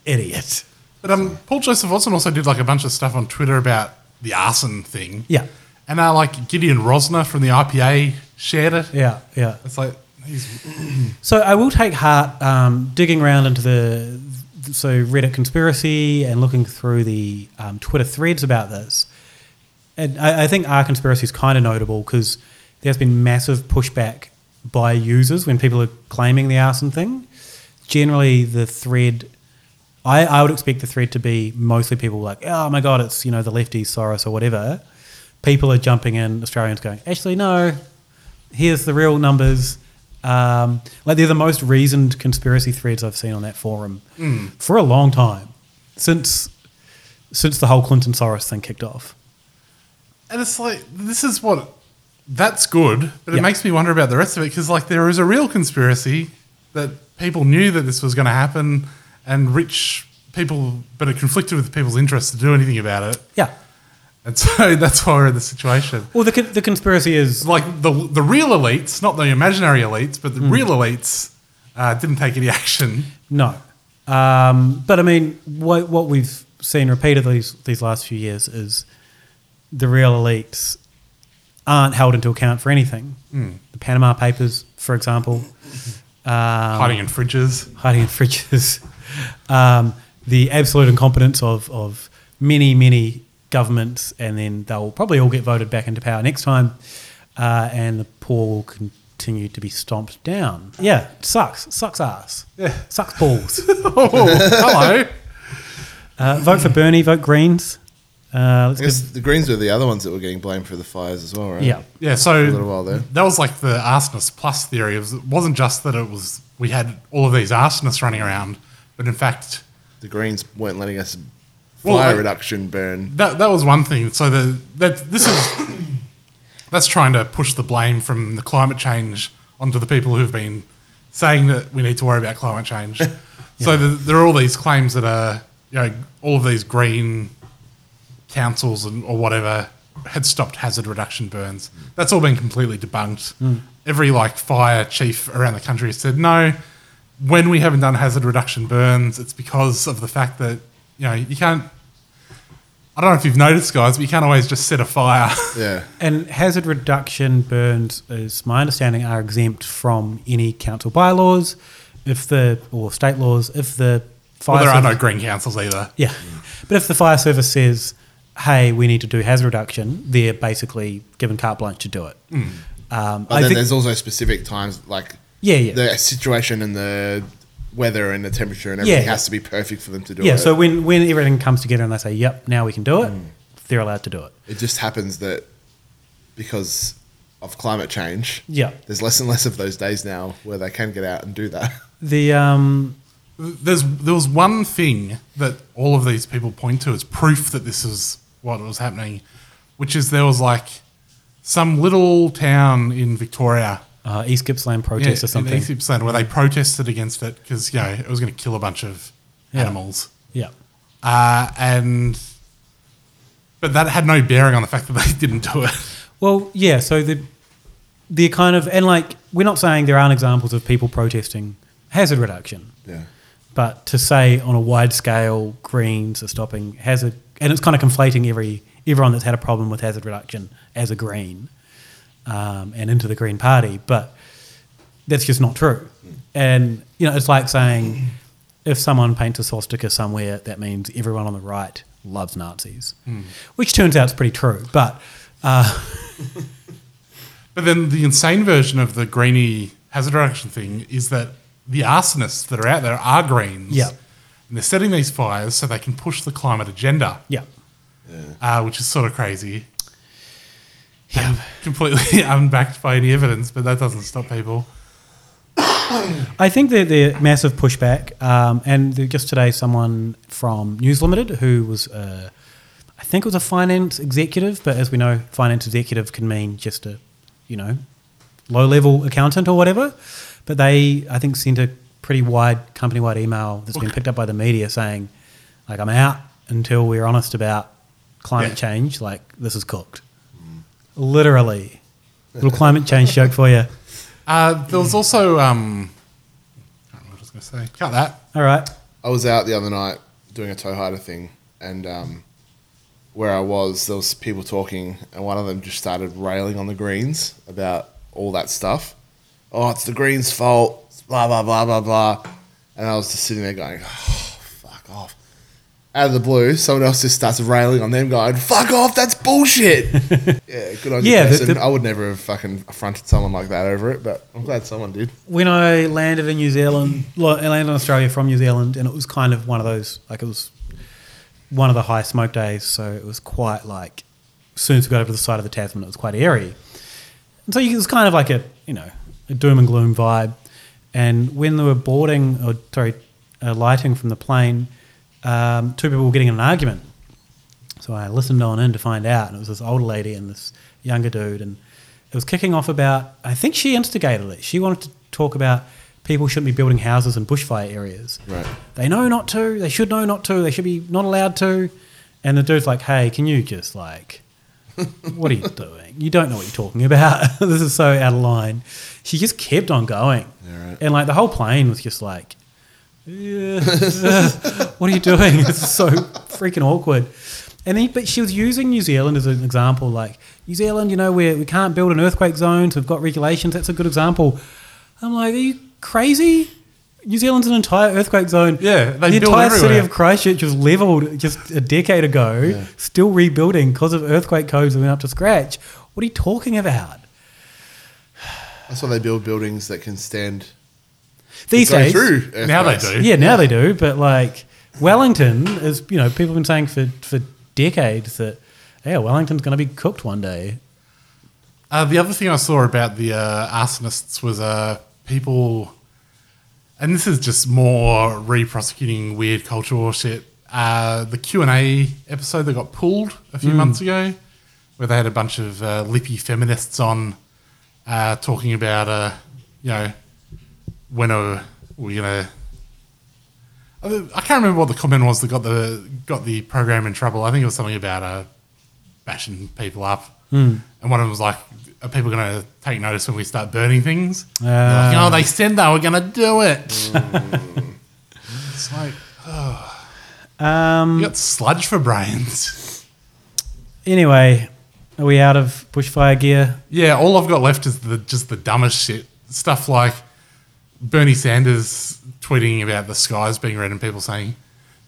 [SPEAKER 11] idiot.
[SPEAKER 10] But um, Paul Joseph Watson also did like a bunch of stuff on Twitter about the arson thing.
[SPEAKER 11] Yeah.
[SPEAKER 10] and uh, like Gideon Rosner from the IPA shared it.
[SPEAKER 11] Yeah, yeah.
[SPEAKER 10] It's like he's
[SPEAKER 11] So I will take heart um, digging around into the so Reddit conspiracy and looking through the um, Twitter threads about this. And I, I think our conspiracy is kind of notable because there's been massive pushback by users when people are claiming the arson thing. Generally, the thread, I, I would expect the thread to be mostly people like, oh my god, it's you know the lefties, Soros or whatever. People are jumping in, Australians going, actually no, here's the real numbers. Um, like they're the most reasoned conspiracy threads I've seen on that forum
[SPEAKER 10] Mm.
[SPEAKER 11] for a long time since since the whole Clinton Soros thing kicked off.
[SPEAKER 10] And it's like this is what that's good, but it
[SPEAKER 11] Yeah.
[SPEAKER 10] makes me wonder about the rest of it because like there is a real conspiracy that people knew that this was going to happen, and rich people, but it conflicted with people's interests to do anything about it.
[SPEAKER 11] Yeah.
[SPEAKER 10] And so that's why we're in the situation.
[SPEAKER 11] Well, the, con- the conspiracy is
[SPEAKER 10] like the the real elites, not the imaginary elites, but the
[SPEAKER 11] Mm.
[SPEAKER 10] real elites uh, didn't take any action.
[SPEAKER 11] No, um, but I mean, what what we've seen repeatedly these, these last few years is the real elites aren't held into account for anything.
[SPEAKER 10] Mm.
[SPEAKER 11] The Panama Papers, for example, um,
[SPEAKER 10] Hiding in fridges.
[SPEAKER 11] hiding in fridges, um, the absolute incompetence of of many many governments, and then they'll probably all get voted back into power next time, uh, and the poor will continue to be stomped down. Yeah, it sucks, It sucks ass,
[SPEAKER 10] Yeah.
[SPEAKER 11] sucks balls.
[SPEAKER 10] Oh, hello.
[SPEAKER 11] Uh, vote for Bernie. Vote Greens. Uh,
[SPEAKER 12] I
[SPEAKER 11] let's
[SPEAKER 12] guess
[SPEAKER 11] give,
[SPEAKER 12] the Greens were the other ones that were getting blamed for the fires as well, right?
[SPEAKER 11] Yeah.
[SPEAKER 10] Yeah,
[SPEAKER 12] a
[SPEAKER 10] so
[SPEAKER 12] little while there.
[SPEAKER 10] that was like the arsonist plus theory. It, was, it wasn't just that it was we had all of these arsonists running around, but in fact
[SPEAKER 12] The Greens weren't letting us fire
[SPEAKER 10] Well, I-
[SPEAKER 12] reduction burn.
[SPEAKER 10] that that was one thing. So the that this is that's trying to push the blame from the climate change onto the people who've been saying that we need to worry about climate change. So the, there are all these claims that are you know all of these green councils and or whatever had stopped hazard reduction burns. That's all been completely debunked.
[SPEAKER 11] Mm.
[SPEAKER 10] Every like fire chief around the country has said no. When we haven't done hazard reduction burns, it's because of the fact that you know you can't
[SPEAKER 11] I don't know if you've noticed, guys, but you can't always just set a fire.
[SPEAKER 12] Yeah.
[SPEAKER 10] And hazard reduction burns, is my understanding, are exempt from any council bylaws, if the or state laws, if the fire.
[SPEAKER 11] Well, there are no
[SPEAKER 10] service-
[SPEAKER 11] green councils either.
[SPEAKER 10] Yeah, but if the fire service says, "Hey, we need to do hazard reduction," they're basically given carte blanche to do it.
[SPEAKER 11] Hmm.
[SPEAKER 12] Mm.
[SPEAKER 10] Um,
[SPEAKER 12] But
[SPEAKER 10] I
[SPEAKER 12] then
[SPEAKER 10] think
[SPEAKER 12] there's also specific times like
[SPEAKER 10] Yeah, yeah.
[SPEAKER 12] the situation and the weather and the temperature and
[SPEAKER 10] Yeah,
[SPEAKER 12] everything
[SPEAKER 10] yeah.
[SPEAKER 12] has to be perfect for them to do
[SPEAKER 10] yeah.
[SPEAKER 12] it.
[SPEAKER 10] So when when everything comes together and they say, "Yep, now we can do
[SPEAKER 12] Hmm.
[SPEAKER 10] it," they're allowed to do it.
[SPEAKER 12] it just happens that because of climate change,
[SPEAKER 10] Yeah.
[SPEAKER 12] there's less and less of those days now where they can get out and do that.
[SPEAKER 10] The um,
[SPEAKER 11] There's there was one thing that all of these people point to as proof that this is what was happening, which is there was like some little town in Victoria,
[SPEAKER 10] uh, East Gippsland protest or something.
[SPEAKER 11] in East Gippsland, where they protested against it because you know it was going to kill a bunch of
[SPEAKER 10] Yeah.
[SPEAKER 11] animals.
[SPEAKER 10] Yeah.
[SPEAKER 11] uh, and but that had no bearing on the fact that they didn't do it.
[SPEAKER 10] Well, yeah. So the the kind of and like we're not saying there aren't examples of people protesting hazard reduction.
[SPEAKER 12] Yeah.
[SPEAKER 10] But to say on a wide scale, greens are stopping hazard, and it's kind of conflating every everyone that's had a problem with hazard reduction as a green, um, and into the Green Party. But that's just not true. And you know, it's like saying if someone paints a swastika somewhere, that means everyone on the right loves Nazis,
[SPEAKER 11] Mm.
[SPEAKER 10] which turns out is pretty true. But uh,
[SPEAKER 11] But then the insane version of the greeny hazard reduction thing is that the arsonists that are out there are greens.
[SPEAKER 10] Yeah.
[SPEAKER 11] And they're setting these fires so they can push the climate agenda.
[SPEAKER 10] Yeah.
[SPEAKER 11] Uh, which is sort of crazy. Yeah. completely unbacked by any evidence, but that doesn't stop people.
[SPEAKER 10] I think that the massive pushback, um, and the, just today, someone from News Limited who was, uh, I think, it was a finance executive, but as we know, finance executive can mean just a, you know, low level accountant or whatever. But they, I think, sent a pretty wide company wide email that's been picked up by the media saying, like, I'm out until we're honest about climate
[SPEAKER 11] Yeah.
[SPEAKER 10] change. Like, this is cooked. Literally, little climate change joke for you.
[SPEAKER 11] Uh, there was also, um, I don't know what I was going to say. Cut that.
[SPEAKER 10] All right.
[SPEAKER 12] I was out the other night doing a toe hider thing, and um, where I was, there was people talking, and one of them just started railing on the greens about all that stuff. Oh, it's the greens' fault. Blah blah blah blah blah. And I was just sitting there going, oh, "Fuck off!" Out of the blue, someone else just starts railing on them, going, "Fuck off! That's bullshit." yeah, good on you,
[SPEAKER 10] Yeah, the-
[SPEAKER 12] person.
[SPEAKER 10] the-
[SPEAKER 12] I would never have fucking affronted someone like that over it, but I'm glad someone did.
[SPEAKER 10] when I landed in New Zealand, lo- I landed in Australia from New Zealand, and it was kind of one of those like it was one of the high smoke days, so it was quite like as soon as we got over the side of the Tasman, it was quite airy, and so you, it was kind of like a you know a doom and gloom vibe. And when they were boarding or sorry, uh, lighting from the plane, um, two people were getting in an argument. So I listened on in to find out, and it was this older lady and this younger dude, and it was kicking off about. I think she instigated it. She wanted to talk about people shouldn't be building houses in bushfire areas.
[SPEAKER 12] Right.
[SPEAKER 10] They know not to. They should know not to. They should be not allowed to. And the dude's like, "Hey, can you just like, what are you doing? You don't know what you're talking about. this is so out of line." She just kept on going, and like the whole plane was just like, yeah. what are you doing? This is so freaking awkward. And then, but she was using New Zealand as an example, like New Zealand, you know, we we can't build an earthquake zone, so we've got regulations. That's a good example. I'm like, are you crazy? New Zealand's an entire earthquake zone.
[SPEAKER 11] Yeah, they
[SPEAKER 10] the
[SPEAKER 11] build
[SPEAKER 10] entire city
[SPEAKER 11] everywhere.
[SPEAKER 10] of Christchurch was leveled just a decade ago, still rebuilding because of earthquake codes that went up to scratch. What are you talking about?
[SPEAKER 12] That's why they build buildings that can stand.
[SPEAKER 10] These
[SPEAKER 12] go
[SPEAKER 10] days,
[SPEAKER 12] through earthquakes.
[SPEAKER 10] Yeah, now they do. But like Wellington is, you know, people have been saying for for decades that yeah, Wellington's going to be cooked one day.
[SPEAKER 11] Uh, the other thing I saw about the uh, arsonists was uh, people, and this is just more re-prosecuting weird cultural shit. Uh, the Q and A episode that got pulled a few
[SPEAKER 14] Mm.
[SPEAKER 11] months ago, where they had a bunch of uh, lippy feminists on uh, talking about, uh, you know, when are we gonna? I don't- I can't remember what the comment was that got the got the program in trouble. I think it was something about uh, bashing people up.
[SPEAKER 10] Hmm.
[SPEAKER 11] And one of them was like, "Are people going to take notice when we start burning things?"
[SPEAKER 10] Uh,
[SPEAKER 11] They're like, oh, they said they were going to do it. it's like, oh,
[SPEAKER 10] Um,
[SPEAKER 11] Um, you got sludge for brains. Anyway, are we out of bushfire gear?
[SPEAKER 10] Yeah, all I've got left is the just the dumbest shit stuff like Bernie Sanders tweeting about the skies being red and people saying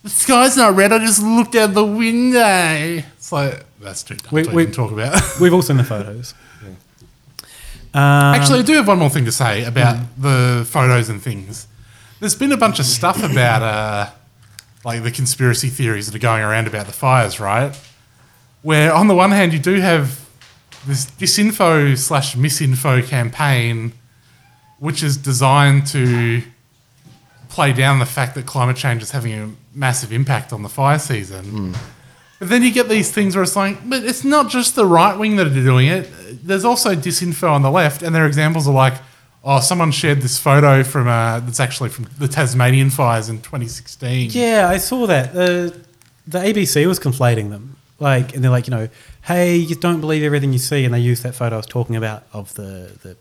[SPEAKER 10] the sky's not red. I just looked out the window. It's like that's too dumb
[SPEAKER 11] We-
[SPEAKER 10] to
[SPEAKER 11] we-
[SPEAKER 10] even talk about.
[SPEAKER 11] We've all seen the photos. Um,
[SPEAKER 10] Actually, I do have one more thing to say about
[SPEAKER 11] hmm.
[SPEAKER 10] the photos and things. There's been a bunch of stuff about, uh, like, the conspiracy theories that are going around about the fires, right? Where, on the one hand, you do have this disinfo slash misinfo campaign, which is designed to play down the fact that climate change is having a massive impact on the fire season. But then you get these things where it's like, but it's not just the right wing that are doing it. There's also disinfo on the left, and their examples are like, oh, someone shared this photo from uh, that's actually from the Tasmanian fires in 2016.
[SPEAKER 11] Yeah, I saw that. The the ABC was conflating them. Like, and they're like, you know, hey, you don't believe everything you see, and they used that photo I was talking about of the the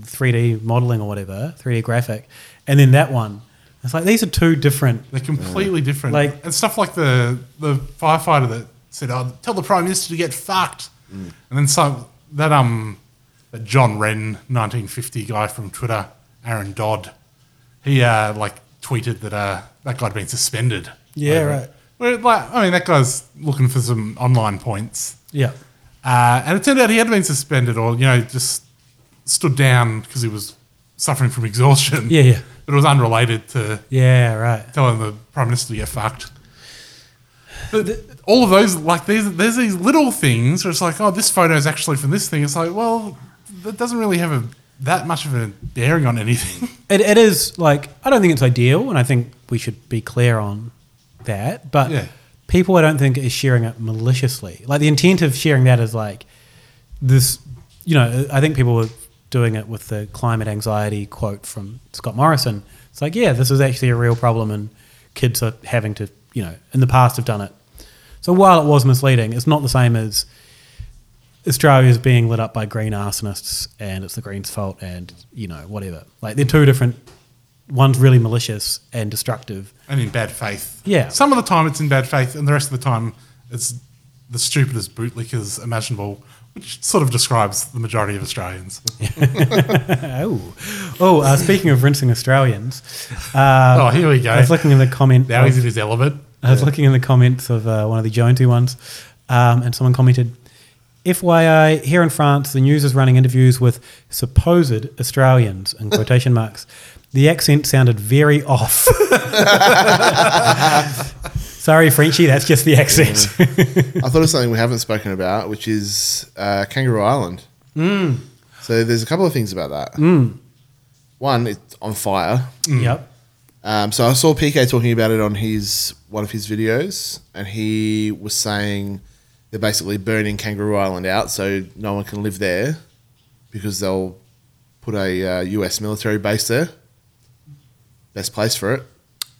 [SPEAKER 11] 3D modeling or whatever, 3D graphic, and then that one. It's like these are two different.
[SPEAKER 10] They're Completely different.
[SPEAKER 11] Like,
[SPEAKER 10] and stuff like the the firefighter that said, "Oh, tell the prime minister to get fucked,"
[SPEAKER 11] Mm.
[SPEAKER 10] and then some that um that John Wren 1950 guy from Twitter, Aaron Dodd, he uh like tweeted that uh that guy'd been suspended.
[SPEAKER 11] yeah,
[SPEAKER 10] over it.
[SPEAKER 11] right.
[SPEAKER 10] Well, like, I mean, that guy's looking for some online points.
[SPEAKER 11] Yeah.
[SPEAKER 10] Uh, and it turned out he had been suspended or, you know, just stood down because he was suffering from exhaustion.
[SPEAKER 11] Yeah, yeah.
[SPEAKER 10] But it was unrelated to
[SPEAKER 11] Yeah, right.
[SPEAKER 10] telling the Prime Minister to get fucked. But all of those, like, there's, there's these little things where it's like, oh, this photo is actually from this thing. It's like, well, that doesn't really have a, that much of a bearing on anything.
[SPEAKER 11] It, it is like I don't think it's ideal, and I think we should be clear on that. But
[SPEAKER 10] Yeah.
[SPEAKER 11] people, I don't think, is sharing it maliciously. Like the intent of sharing that is like this. You know, I think people were doing it with the climate anxiety quote from Scott Morrison. It's like, yeah, this is actually a real problem, and kids are having to, you know, in the past have done it. So while it was misleading, it's not the same as Australia is being lit up by green arsonists and it's the Greens' fault and, you know, whatever. Like, they're two different. One's really malicious and destructive.
[SPEAKER 10] and in bad faith.
[SPEAKER 11] Yeah.
[SPEAKER 10] Some of the time it's in bad faith, and the rest of the time it's the stupidest bootlickers imaginable, which sort of describes the majority of Australians.
[SPEAKER 11] oh, oh uh, speaking of rinsing Australians. Um,
[SPEAKER 10] Oh, here we go.
[SPEAKER 11] I was looking in the comment.
[SPEAKER 10] Now
[SPEAKER 11] of-
[SPEAKER 10] he's in his element.
[SPEAKER 11] I was
[SPEAKER 10] Yeah.
[SPEAKER 11] looking in the comments of uh, one of the Jonesy ones, um, and someone commented, FYI, uh, here in France, the news is running interviews with supposed Australians, in quotation marks. The accent sounded very off. Sorry, Frenchie, that's just the accent.
[SPEAKER 12] I thought of something we haven't spoken about, which is uh, Kangaroo Island.
[SPEAKER 11] Mm.
[SPEAKER 12] So there's a couple of things about that.
[SPEAKER 11] Mm.
[SPEAKER 12] One, it's on fire.
[SPEAKER 11] Mm. Yep.
[SPEAKER 12] Um, so I saw PK talking about it on his one of his videos, and he was saying they're basically burning Kangaroo Island out, so no one can live there because they'll put a uh, U.S. military base there. Best place for it.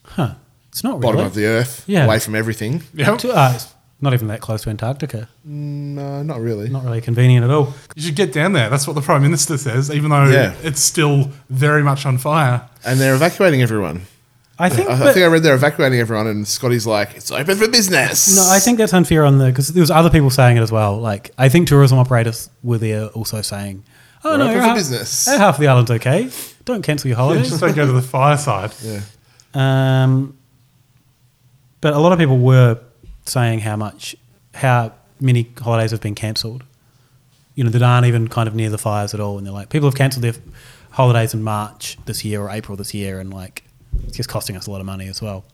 [SPEAKER 11] Huh. It's not
[SPEAKER 12] bottom
[SPEAKER 11] really.
[SPEAKER 12] of the earth,
[SPEAKER 11] Yeah.
[SPEAKER 12] away from everything.
[SPEAKER 11] To- uh, it's not even that close to Antarctica.
[SPEAKER 12] No, not really.
[SPEAKER 11] Not really convenient at all.
[SPEAKER 10] You should get down there. That's what the Prime Minister says, even though
[SPEAKER 12] Yeah.
[SPEAKER 10] it's still very much on fire.
[SPEAKER 12] and they're evacuating everyone.
[SPEAKER 11] I think
[SPEAKER 12] I,
[SPEAKER 11] that-
[SPEAKER 12] think I read they're evacuating everyone, and Scotty's like, "It's open for business."
[SPEAKER 11] No, I think that's unfair on the because there was other people saying it as well. Like I think tourism operators were there also saying, "Oh
[SPEAKER 12] We're
[SPEAKER 11] no,
[SPEAKER 12] open
[SPEAKER 11] you're
[SPEAKER 12] for
[SPEAKER 11] half,
[SPEAKER 12] business."
[SPEAKER 11] eh, half the island's okay. Don't cancel your
[SPEAKER 10] Yeah,
[SPEAKER 11] holiday.
[SPEAKER 10] just don't go to the fireside.
[SPEAKER 12] Yeah.
[SPEAKER 11] Um, but a lot of people were saying how much, how many holidays have been cancelled. You know, that aren't even kind of near the fires at all, and they're like, people have cancelled their holidays in March this year or April this year, and like, it's just costing us a lot of money as well.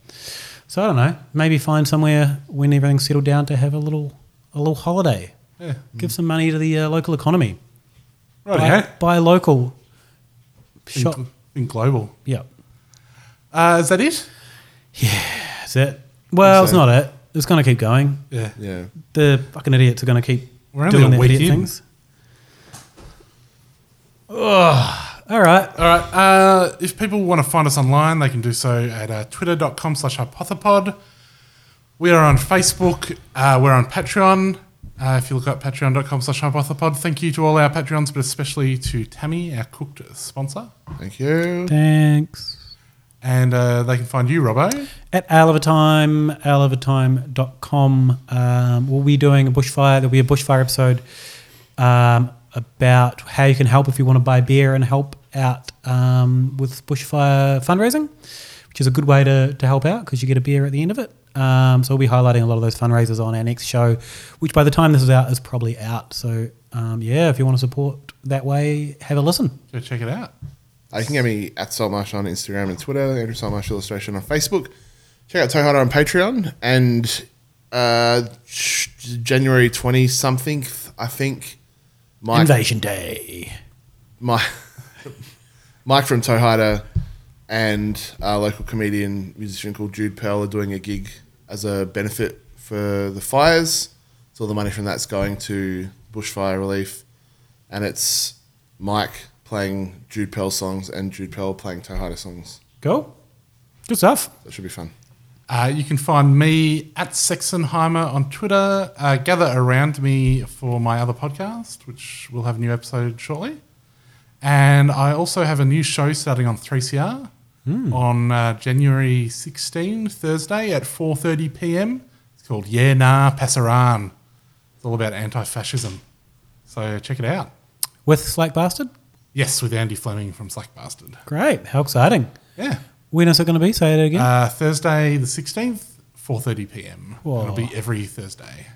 [SPEAKER 11] So I don't know. Maybe find somewhere when everything's settled down to have a little, a little holiday.
[SPEAKER 10] Yeah.
[SPEAKER 11] Give some money to the uh, local economy.
[SPEAKER 10] Right,
[SPEAKER 11] Buy-
[SPEAKER 10] yeah.
[SPEAKER 11] buy local. Shop.
[SPEAKER 10] In, in global.
[SPEAKER 11] Yeah.
[SPEAKER 10] Uh, is that it?
[SPEAKER 11] That's it. Well, it's
[SPEAKER 10] So-
[SPEAKER 11] not it. It's going to keep going.
[SPEAKER 10] Yeah.
[SPEAKER 12] Yeah.
[SPEAKER 11] The fucking idiots are going to keep
[SPEAKER 10] We're only
[SPEAKER 11] doing
[SPEAKER 10] a
[SPEAKER 11] their
[SPEAKER 10] week
[SPEAKER 11] idiot
[SPEAKER 10] in.
[SPEAKER 11] things. All right.
[SPEAKER 10] All right. Uh, if people want to find us online, they can do so at uh, twitter.com slash hypothepod. We are on Facebook. Uh, we're on Patreon. Uh, if you look up patreon.com slash hypothepod, thank you to all our Patreons, but especially to Tammy, our cooked sponsor.
[SPEAKER 12] Thank you.
[SPEAKER 11] Thanks.
[SPEAKER 10] And uh, they can find you, Robbo.
[SPEAKER 11] At Owl of a Time, owlofatime.com. Um, we'll be doing a bushfire. There'll be a bushfire episode um, about how you can help if you want to buy beer and help out um, with bushfire fundraising, which is a good way to, to help out because you get a beer at the end of it. Um, so we'll be highlighting a lot of those fundraisers on our next show, which by the time this is out is probably out. So um, yeah, if you want to support that way, have a listen.
[SPEAKER 10] Go check it out.
[SPEAKER 12] Uh, you can get me at Salt Marsh on Instagram and Twitter, Andrew Salt Marsh Illustration on Facebook. Check out Toe Hider on Patreon. And uh, sh- January 20 something, I think. Mike,
[SPEAKER 11] Invasion Day.
[SPEAKER 12] My, Mike from Toe Hider and a local comedian, musician called Jude Pearl are doing a gig as a benefit for the fires. So all the money from that's going to bushfire relief. And it's Mike playing Jude Pearl songs and Jude Pearl playing Toe Hider songs.
[SPEAKER 11] Cool. Good stuff.
[SPEAKER 12] That should be fun.
[SPEAKER 10] Uh, you can find me at Sexenheimer on Twitter. Uh, gather around me for my other podcast, which will have a new episode shortly. And I also have a new show starting on 3CR
[SPEAKER 11] Hmm.
[SPEAKER 10] on uh, January 16, Thursday at 4.30 p.m. It's called Yeah Nah Passaran. It's all about anti-fascism. So check it out.
[SPEAKER 11] With Slack Bastard?
[SPEAKER 10] Yes, with Andy Fleming from Slack Bastard.
[SPEAKER 11] Great. How exciting.
[SPEAKER 10] Yeah.
[SPEAKER 11] When is it going to be? Say it again.
[SPEAKER 10] Uh, Thursday the 16th, 4.30 p.m.
[SPEAKER 11] Whoa.
[SPEAKER 10] It'll be every Thursday,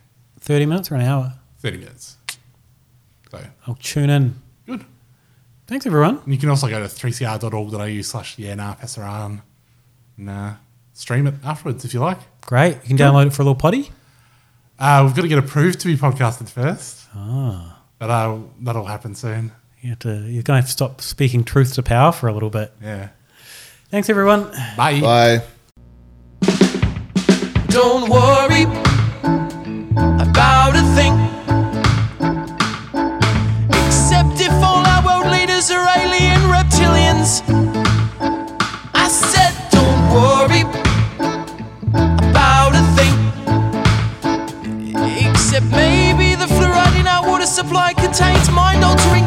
[SPEAKER 11] 30 minutes or an hour?
[SPEAKER 10] 30 minutes. So
[SPEAKER 11] I'll tune in.
[SPEAKER 10] Good.
[SPEAKER 11] Thanks, everyone.
[SPEAKER 10] And you can also go to 3cr.org.au slash yeah nah passaran and uh, stream it afterwards if you like.
[SPEAKER 11] Great. You can
[SPEAKER 10] Cool.
[SPEAKER 11] download it for a little potty.
[SPEAKER 10] Uh, we've got to get approved to be podcasted first,
[SPEAKER 11] Ah.
[SPEAKER 10] but uh, that'll happen soon.
[SPEAKER 11] You have to, Uh, you're going to have to stop speaking truth to power for a little bit.
[SPEAKER 10] Yeah.
[SPEAKER 11] Thanks, everyone.
[SPEAKER 10] Bye.
[SPEAKER 12] Bye.
[SPEAKER 13] Don't worry about a thing. Except if all our world leaders are alien reptilians. I said, don't worry about a thing. Except maybe the fluoride in our water supply contains mind altering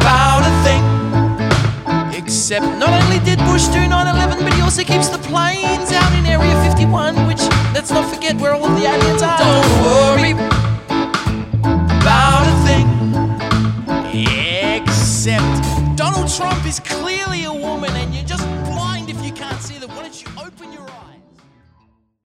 [SPEAKER 13] about a thing. Except not only did Bush do 9-11, but he also keeps the planes out in Area 51, which let's not forget where all of the aliens are. Don't worry about a thing. Except Donald Trump is clearly